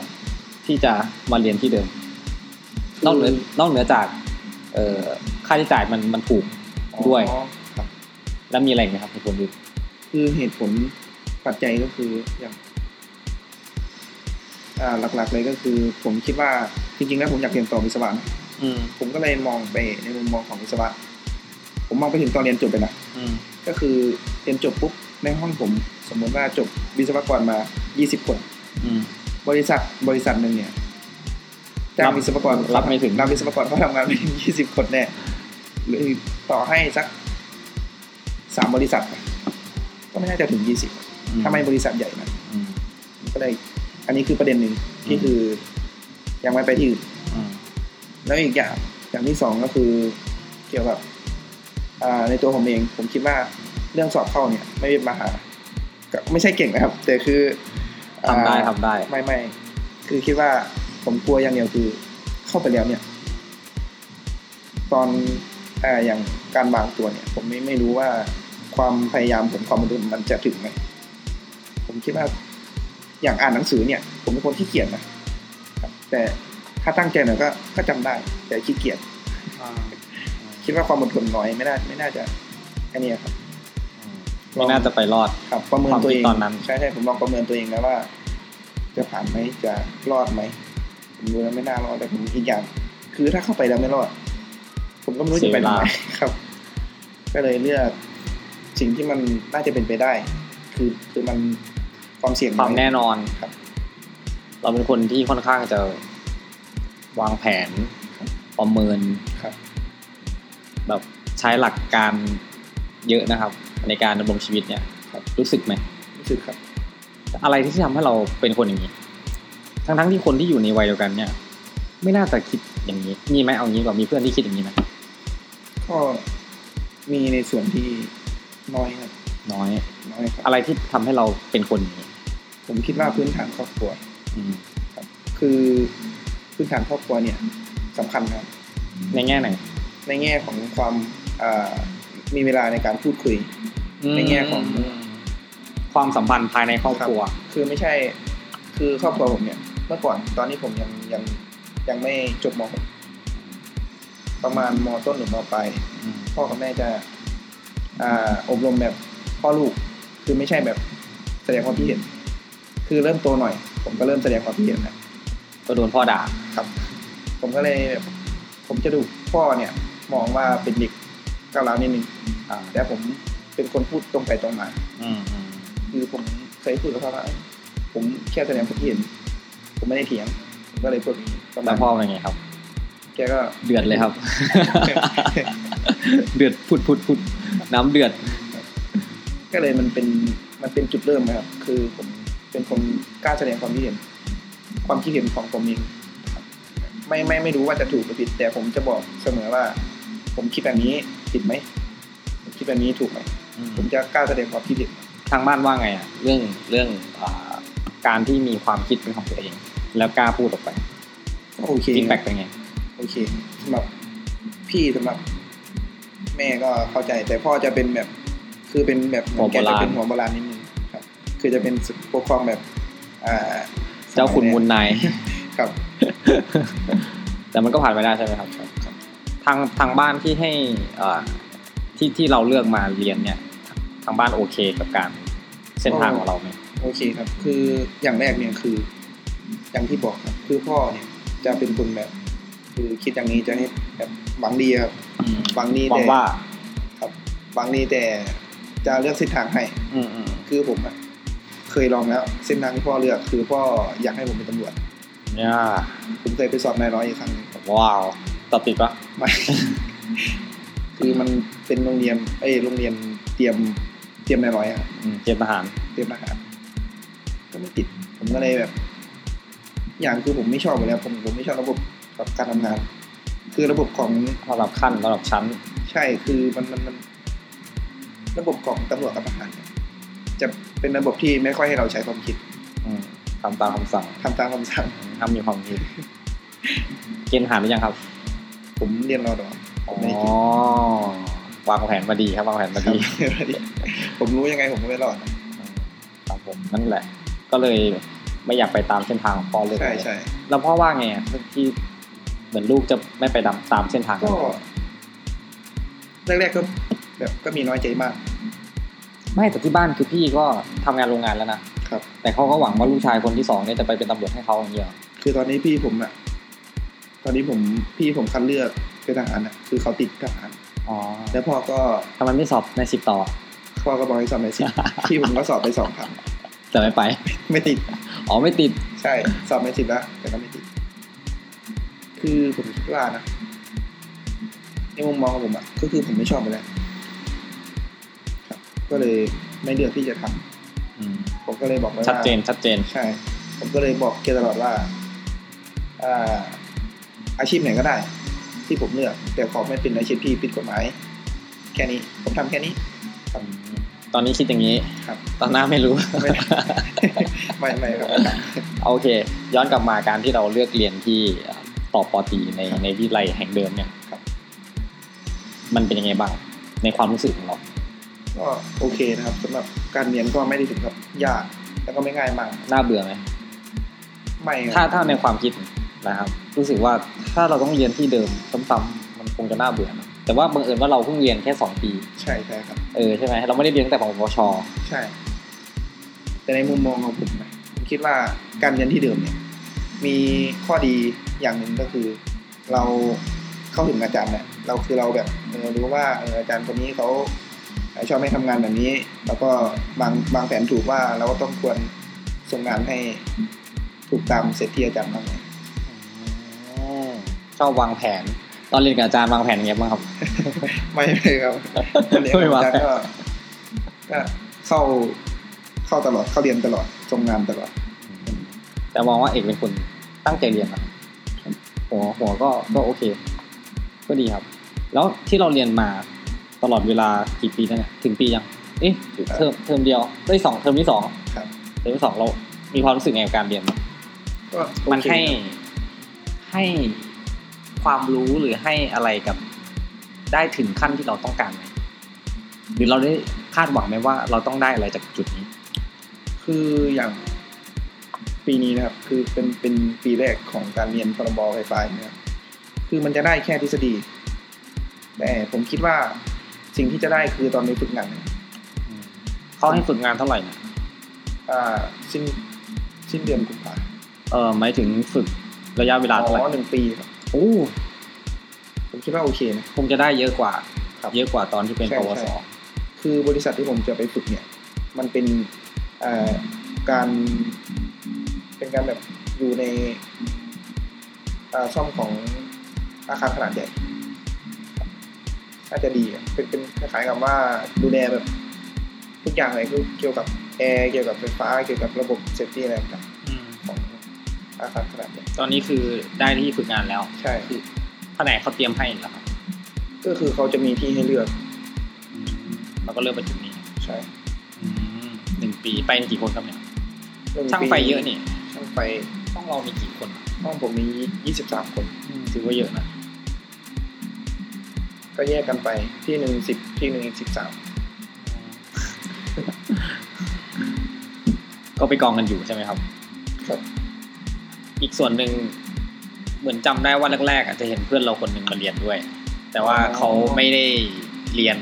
S3: ที่จะมาเรียนที่เดิม นอกเหนือนอกเหนือจาก เอ่อค่าใช้จ่ายมันมันถูกด้วย
S2: อ๋อครับ
S3: แล้วมีอะไรอีกไหมครับคุณคนดู
S2: คือเหตุผลปัจจัยก็คืออย่างอ่าหลักๆเลยก็คือ ผมคิดว่าจริงๆแล้วผมอยากเรียนต่อวิศวะนะ
S3: อืม
S2: ผมก็เลยมองไปในมุมมองของวิศวะ ผมมองไปถึงตอนเรียนจบเลยนะ
S3: อืม
S2: ก็คือเรียนจบปุ๊บในห้องผม สมมติว่าจบวิศวกรมา 20 คน
S3: อืม
S2: บริษัทบริษัทหนึ่งเนี่ยจ้างวิศวกร
S3: รับไม่ถึง
S2: รับวิศวกรเขาทำงานไม่ถึง (laughs) 20 คนแน่หรือต่อให้สักสามบริษัท ก็ไม่น่าจะถึง 20ถ้าไม่บริษัทใหญ่นะ
S3: อืม
S2: ก็เลยอันนี้คือประเด็นหนึ่งที่คือยังไม่ไปที่อื่น
S3: อืม
S2: แล้วอีกอย่างอย่างที่สองก็คือเกี่ยวกับอ่าในตัวผมเอง ผมคิดว่าเรื่องสอบเข้าเนี่ย ไม่เป็นมหาก็ไม่ใช่เก่งนะครับ แต่คืออ่า
S3: ทำได้ทำได้
S2: ไม่ไม่คือคิดว่าผมกลัวอย่างเดียวคือเข้าไปแล้วเนี่ย ตอนอ่าอย่างการวางตัวเนี่ย ผมไม่ไม่รู้ว่าความพยายามผมความอดทนมันจะถึงไหมผมคิดว่าอย่างอ่านหนังสือเนี่ย ผมเป็นคนที่เกียจนะครับแต่ถ้าตั้งใจหน่อยก็ก็จำได้ แต่ขี้เกียจคิดว่าความอดทนน้อยไม่น่าไม่น่าจะอันเนี้ยครับ
S3: ไม่น่าจะไปรอด
S2: ครับประเมินตัวเอง
S3: ความคิดตอนนั้น
S2: ใช่ใช่ผมลองประเมินตัวเองแล้วว่า จะผ่านไหมจะรอดไหมผมดูแล้วไม่น่ารอดแต่ผมอีกอย่าง คือถ้าเข้าไปแล้วไม่รอด ผมก็ไม่รู้จะไปทำไหนครับ ก็เลยเลือกสิ่งที่มันน่าจะเป็นไปได้ คือคือมันความเสี่ยง
S3: ความแน่นอน
S2: ครับ
S3: เราเป็นคนที่ค่อนข้างจะวางแผน
S2: ครับ
S3: ประเมิน
S2: ครับ
S3: แบบใช้หลักการเยอะนะครับ ในการดำรงชีวิตเนี่ยรู้สึกไหม
S2: รู้สึกครับ
S3: อะไรที่ทำให้เราเป็นคนอย่างนี้ ทั้งทั้งๆที่คนที่อยู่ในวัยเดียวกันเนี่ย ไม่น่าจะคิดอย่างนี้มีไหมเอางี้ดีกว่ามีเพื่อนที่คิดอย่างนี้ไหม
S2: ก็มีในส่วนที่น้อยครับ
S3: น้อย
S2: น้อยครับ
S3: อะไรที่ทำให้เราเป็นคนอย่างนี้
S2: ผมคิดว่าพื้นฐานครอบครัว
S3: อืม
S2: คือพื้นฐานครอบครัวเนี่ยสำคัญครับ
S3: ในแง่ไหน
S2: ในแง่ของความอ่ามีเวลาในการพูดคุย ในแง่ของ
S3: ความสัมพันธ์ภายในครอบครัว
S2: คือไม่ใช่คือครอบครัวผมเนี่ย เมื่อก่อนตอนนี้ผมยังยังยังไม่จบมหกประมาณมต้นหรือมปลายพ่อกับแม่จะอ่าอบรมแบบพ่อลูก คือไม่ใช่แบบแสดงความคิดเห็น คือเริ่มโตหน่อย ผมก็เริ่มแสดงความคิดเห็นแล้ว
S3: ก็โดนพ่อด่า
S2: ครับผมก็เลยแบบผมจะดูพ่อเนี่ย มองว่าเป็นเด็กก้าวร้าวนิดนึง
S3: อ่า
S2: แต่ผมเป็นคนพูดตรงไปตรงมา
S3: อืมอืม
S2: คือผมเคยพูดกับเขาว่าผมแค่แสดงความคิดเห็น ผมไม่ได้เถียง ผมก็เลยพูดอย่างนี้ประมา
S3: แล้
S2: ณ
S3: วพ่อเป็นไงครับ
S2: แกก็
S3: เดือด (laughs) เลยครับ เดือดพุดพุดพุดน้ำเดือด
S2: ก็เลยมันเป็นมันเป็นจุดเริ่มนะครับ คือผมเป็นคนกล้าแสดงความคิดเห็น ความคิดเห็นของผมเองครับไม่ไม่ไม่รู้ว่าจะถูกหรือผิด แต่ผมจะบอกเสมอว่า ผมคิดแบบนี้ผิดไหมผมคิดแบบนี้ถูกไหม ผมจะกล้าแสดงความคิดเห็น
S3: ทางบ้านว่าไงอ่ะ เรื่องเรื่องอาการที่มีความคิดเป็นของตัวเอง แล้วกล้าพูดออกไป
S2: ก็โอเค
S3: ฟีดแบ็กเป็นไง
S2: โอเคสำหรับพี่สำหรับ แม่ก็เข้าใจ แต่พ่อจะเป็นแบบ คือเป็นแบบเหมือนแกจะเป็น
S3: หั
S2: หั
S3: ว
S2: ว
S3: โบ
S2: โบ
S3: รา
S2: รา
S3: ณ
S2: ณนิดนึงครับ คือจะเป็นปกครองแบบ อ่า
S3: เจ้าคุณมุนนาย (laughs)
S2: ครับ
S3: แต่มันก็ผ่านไปได้ใช่ไหมครับ ทางทางบ้านที่ให้อ่าที่ที่เราเลือกมาเรียนเนี่ย ทางบ้านโอเคกับการเส้นทางของเราไหม
S2: โอเคครับ คืออย่างแรกเนี่ยคือ อย่างที่บอกครับ คือพ่อเนี่ยจะเป็นคนแบบ คือคิดอย่างนี้จะให้แบบหวังดีครับ
S3: อืม
S2: หวังดี
S3: หวั
S2: แต่
S3: งว่า
S2: ครับหวังดีแต่จะเลือกเส้นทางให้
S3: อืมอืม
S2: คือผมอะเคยลองแล้ว เส้นทางที่พ่อเลือกคือพ่ออยากให้ผมเป็นตำรวจ
S3: เนี่ย
S2: ผมเคยไปสอบนายร้อยอีกครั้งหนึ่งครับ
S3: ว้าวตัดติดปะ
S2: ไม่
S3: (laughs)
S2: คือมันเป็นโรงเรียนเอ้ยโรงเรียนเตรียมเตรียมนายร้อยอะครับ
S3: อืมเจมทหาร
S2: เตรียมทหารก็ไม่ติด ผมก็เลยแบบ อย่างคือผมไม่ชอบอยู่แล้ว ผมผมไม่ชอบระบบกับการทำงาน คือระบบของ
S3: สำหรับขั้นสำหรับชั้น
S2: ใช่คือมันมันมัน ระบบของตำรวจกับทหารเนี่ยจะเป็นระบบที่ไม่ค่อยให้เราใช้ความคิด
S3: อืมทำตามคำสั่ง
S2: ทำตามคำสั่ง
S3: ทำมีความคิดเกณฑ์ทหารหรือยังครับ
S2: ผมเรียนรอดอผ
S3: อ๋อ
S2: มไม่ได้กิน
S3: วางแผนมาดีครับวางแผนมา
S2: ครับ
S3: (laughs) ดี
S2: ผมรู้ยังไงผมก็ไม่รอด
S3: ครับผมนั่นแหละ ก็เลยไม่อยากไปตามเส้นทางของพ่อเลย
S2: ใช่ใช่
S3: แล้วพ่อว่าไงอะที่เหมือนลูกจะไม่ไปตามเส้นทาง
S2: ก็แรกๆก็แบบก็มีน้อยใจมาก
S3: ไม่แต่ที่บ้านคือพี่ก็ทำงานโรงงานแล้วนะครับ แต่เขาก็หวังว่าลูกชายคนที่สองเนี่ยจะไปเป็นตำรวจให้เขาอย่างเงี้ยหรอ
S2: คือตอนนี้พี่ผมอะตอนนี้ผมพี่ผมคัดเลือกเป็นทหารอะคือเขาติดทหาร
S3: อ๋อ
S2: แล้วพ่อก็
S3: ทำไมไม่สอบในสิบต่อ
S2: พ่อก็บอกให้สอบใน
S3: (laughs)
S2: สิบ พี่ผมก็สอบไปสองครั้ง
S3: แต่ไม่ไป
S2: ไม่ติด
S3: อ๋อไม่ติด
S2: ใช่ สอบในสิบแล้วแต่ก็ไม่ติด คือผมคิดว่านะในมุมมองของผมอะก็คือผมไม่ชอบไปแล้วครับ ก็เลยไม่เลือกที่จะทำ
S3: อืม
S2: ผมก็เลยบอกไว้ว่า
S3: ชัดเจนชัดเจน
S2: ใช่ ผมก็เลยบอกแกตลอดว่าอ่า อาชีพไหนก็ได้ ที่ผมเลือก แต่ขอไม่เป็นอาชีพที่ผิดกฎหมาย แค่นี้ ผมทำแค่นี้
S3: ตอนนี้คิดอย่างนี้
S2: ครับ
S3: ตอนหน้าไม่รู้
S2: (laughs)
S3: (laughs)
S2: ไม่ ไม่ไม่ครับ
S3: โอเค ย้อนกลับมาการที่เราเลือกเรียนที่เอ่อต่อปอตรีในในวิทยาลัยแห่งเดิมเนี่ย
S2: ครับ
S3: มันเป็นยังไงบ้าง ในความรู้สึกของเรา
S2: ก็โอเคนะครับสำหรับการเรียนก็ไม่ได้ถึงกับยากแล้วก็ไม่ง่ายมาก
S3: น่าเบื่อไหม
S2: ไม่ครับ
S3: ถ้าถ้าในความคิดนะครับ รู้สึกว่าถ้าเราต้องเรียนที่เดิมซ้ำๆมันคงจะน่าเบื่อนะแต่ว่าบังเอิญว่าเราเพิ่งเรียนแค่สองปี
S2: ใช่ใช่ครับ
S3: เออใช่ไหมเราไม่ได้เรียนตั้งแต่ปวช
S2: ใช่ แต่ในมุมมองของผมนะผมคิดว่าการเรียนที่เดิมเนี่ย มีข้อดีอย่างหนึ่งก็คือ เราเข้าถึงอาจารย์เนี่ยเราคือเราแบบเออรู้ว่าเอออาจารย์คนนี้เขาชอบให้ทำงานแบบนี้ แล้วก็บางบางแผนถูกว่าเราก็ต้องควรส่งงานให้ถูกตามเสร็จที่อาจารย์บ้างไหม
S3: ชอบวางแผน ตอนเรียนกับอาจารย์วางแผนยังไงบ้างครับ
S2: ไม่ (laughs) ไม่ครับคนเรียนกับอาจารย์ก็ก็เข้าเข้าตลอดเข้าเรียนตลอดส่งงานตลอด
S3: แต่มองว่าเอกเป็นคนตั้งใจเรียนครับหัวหัวก็ก็โอเค ก็ดีครับ แล้วที่เราเรียนมาตลอดเวลากี่ปีนั่นเนี่ยถึงปียังเอ๊ะเทอมเทอมเดียวได้ยสองเทอมที่สอง
S2: ครับ
S3: เทอมที่สองเรามีความรู้สึกไงกับการเรียน
S2: ก็โอเค
S3: มันให้ให้ความรู้หรือให้อะไรกับได้ถึงขั้นที่เราต้องการไหมหรือเราได้คาดหวังไหมว่าเราต้องได้อะไรจากจุดนี้
S2: คืออย่างปีนี้นะครับ คือเป็นเป็นปีแรกของการเรียนพรบไฟฟ้านะครับ คือมันจะได้แค่ทฤษฎี แต่ผมคิดว่าสิ่งที่จะได้คือตอนไปฝึกงานเนี่ย
S3: เขาให้ฝึกงานเท่าไหร่นะ
S2: อ่าสิ้นสิ้นเดือนกุมภา
S3: เออหมายถึงฝึกระยะเวลาเท่าไหร่
S2: อ๋อหนึ่งปีครับ
S3: โอ้
S2: ผมคิดว่าโอเคนะ
S3: คงจะได้เยอะกว่า
S2: ครับ
S3: เยอะกว่าตอนที่เป็น
S2: ใช่
S3: ปวส
S2: ใช่ คือบริษัทที่ผมจะไปฝึกเนี่ย มันเป็นอ่าการเป็นการแบบอยู่ในอ่าช่องของอาคารขนาดใหญ่น่าจะดีอะเป็นเป็นคล้ายๆกับว่าดูแลแบบ ทุกอย่างเลยคือเกี่ยวกับแอร์เกี่ยวกับไฟฟ้าเกี่ยวกับระบบเซฟตี้อะไรต่างๆของอาคารขนาดใหญ่
S3: ตอนนี้คือได้ที่ฝึกงานแล้ว
S2: ใช่
S3: คือแผนกเขาเตรียมให้แล้วครับ
S2: ก็คือเขาจะมีที่ให้เลือก
S3: เราก็เริ่มไปจุดนี้
S2: ใช่
S3: หนึ่งปีไปกันกี่คนครับเนี่ย
S2: หนึ่
S3: ช่างไฟเยอะนี่
S2: ช่างไฟ
S3: ต้องเรามีกี่คนอะ
S2: ห้องผมมี 23 คน
S3: ถือว่าเยอะนะ
S2: ก็แยกกันไปที่หนึ่งสิบที่หนึ่งสิบสาม
S3: ก็ไปกองกันอยู่ใช่ไหมครับ
S2: ครับ
S3: อีกส่วนหนึ่งเหมือนจำได้ว่าแรกๆ อาจจะเห็นเพื่อนเราคนหนึ่งมาเรียนด้วย แต่ว่าเขาไม่ได้เรียน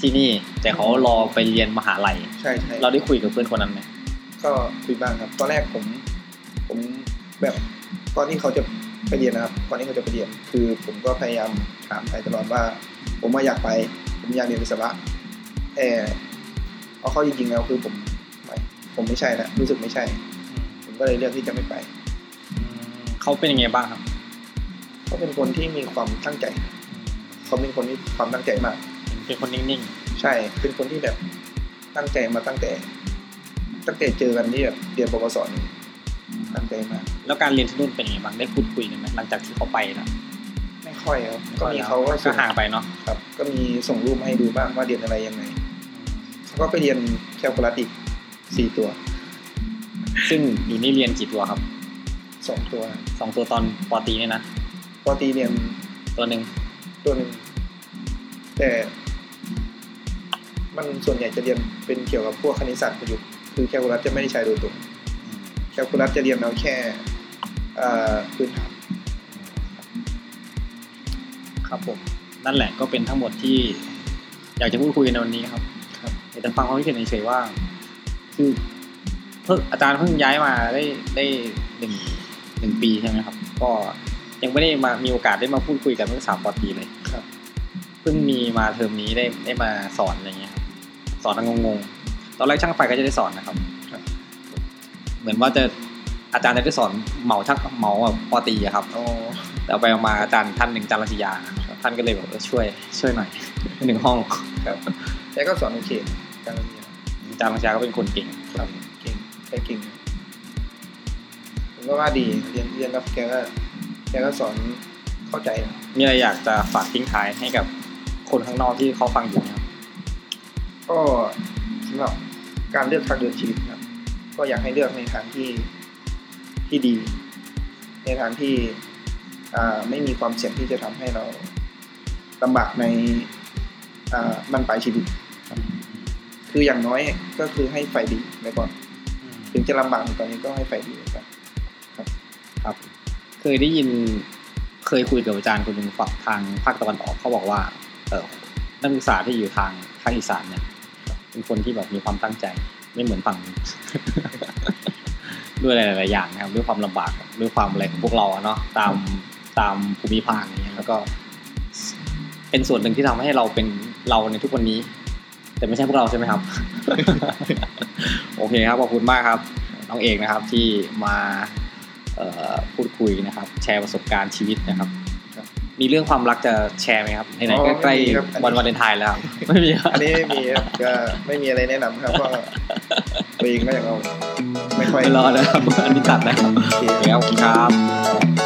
S3: ที่นี่ แต่เขารอไปเรียนมหาลัย
S2: ใช่ใช่
S3: เราได้คุยกับเพื่อนคนนั้นไหม
S2: ก็คุยบ้างครับ ตอนแรกผม ผมแบบตอนที่เขาจะไปเรียนนะครับก่อนที่เขาจะไปเรียน คือผมก็พยายามถามไปตลอดว่า ผมมาอยากไป ผมอยากเรียนวิศวะแต่เอาเข้าจริงๆแล้วคือผมไม่ผมไม่ใช่แล้วรู้สึกไม่ใช่ ผมก็เลยเลือกที่จะไม่ไป
S3: เขาเป็นยังไงบ้างครับ
S2: เขาเป็นคนที่มีความตั้งใจ เขาเป็นคนที่ความตั้งใจมาก
S3: เป็นคนนิ่ง
S2: ใช่ เป็นคนที่แบบตั้งใจมาตั้งแต่ ตั้งแต่เจอกันที่แบบเรียนปวสนี่ตั้งใจมาก
S3: ๆ แล้วการเรียนที่นู่นเป็นยังไงบ้าง ได้พูดคุยกันไหมหลังจากที่เขาไปแล้ว
S2: ไม่ค่อยครับ ก็มีเขาก็
S3: ก็
S2: ส่ง
S3: ห่างไปเนาะ
S2: ครับ ก็มีส่งรูปมาให้ดูบ้างว่าเรียนอะไรยังไงเขาก็ไปเรียนแคลคูลัสอีกสี่ตัว
S3: ซึ่งอยู่นี่เรียนกี่ตัวครับ
S2: สองตัว
S3: สองตัวตอนปอตรีเนี่ยนะ
S2: ปกติเรียน
S3: ตัวหนึ่ง
S2: ตัวหนึ่งแต่ มันส่วนใหญ่จะเรียนเป็นเกี่ยวกับพวกคณิตศาสตร์ประยุกต์คือแคลคูลัสจะไม่ได้ใช้โดยตรงแคลคูลัสจะเรียนเอาแค่เอ่อพื้นฐาน
S3: ครับผม นั่นแหละก็เป็นทั้งหมดที่อยากจะพูดคุยกันในวันนี้ครับ
S2: ครับ
S3: อยากจะฟังความคิดเห็นเฉยๆว่า คือเพิ่งอาจารย์เพิ่งย้ายมาได้ได้หนึ่งหนึ่งปีใช่ไหมครับ ก็ยังไม่ได้มามีโอกาสได้มาพูดคุยกับนักศึกษาปอตรีเลย
S2: ครับ
S3: เพิ่งมีมาเทอมนี้ได้ได้มาสอนอะไรเงี้ยครับสอนงงงๆตอนแรกช่างไฟก็จะได้สอนนะครับ
S2: ครับ
S3: เหมือนว่าจะอาจารย์จะได้สอนเหมาทักเหมาแบบปอตรีอะครับ
S2: อ๋อ
S3: แต่เอาไปเอามาอาจารย์ท่านหนึ่งอาจารย์รัชยาครับท่านก็เลยบอกเออช่วย ช่วยหน่อย หนึ่งห้อง
S2: ครับแต่ก็สอนโอเคการเรียน
S3: อาจารย์รัชยาก็เป็นคนเก่ง
S2: ครับเก่งแกเก่งนะผมก็ว่าดีเรียนเรียนแล้วแกก็แกก็สอนเข้าใจนะ
S3: มีอะไรอยากจะฝากทิ้งท้ายให้กับคนข้างนอกที่เขาฟังอยู่ไหมครับ
S2: ก็สำหรับการเลือกทางเดินชีวิตนะครับ ก็อยากให้เลือกในทางที่ที่ดี ในทางที่อ่าไม่มีความเสี่ยงที่จะทำให้เราลำบากในอ่ามันปลายชีวิตครับคืออย่างน้อยก็คือให้ไฟดีไว้ก่อนถึงจะลำบากในตอนนี้ก็ให้ไฟดีไว้ก่อน
S3: ครับ เคยได้ยินเคยคุยกับอาจารย์คนหนึ่งฝั่งทางภาคตะวันออกเขาบอกว่า เออนักศึกษาที่อยู่ทางภาคอีสานเนี่ยเป็นคนที่แบบมีความตั้งใจ ไม่เหมือนฝั่ง (laughs) ด้วยหลายๆอย่างนะครับด้วยความลำบากด้วยความอะไรของพวกเราอะเนาะตามตามภูมิภาคอย่างเงี้ยแล้วก็ เป็นส่วนหนึ่งที่ทำให้เราเป็นเราในทุกวันนี้ แต่ไม่ใช่พวกเราใช่ไหมครับ (laughs) โอเคครับขอบคุณมากครับน้องเอกนะครับที่มาเอ่อพูดคุยนะครับ แชร์ประสบการณ์ชีวิตนะครับ
S2: ครับ
S3: มีเรื่องความรักจะแชร์ไหมครับไหน
S2: อ๋
S3: ๆ
S2: อ
S3: ก็ใกล้
S2: ไม่มีครับอันนี้
S3: วันวาเลนไทน์แล้วครับ (laughs) ไม่มีครับ
S2: อันนี้ไม่มีครับก็ไม่มีอะไรแนะนำครับก็ตัวเองก็อย่างเราไม่ค่อย
S4: ไว้
S3: ไม่รอดนะครับ อันนี้ตัดนะครับโอเคครับขอบคุณครับ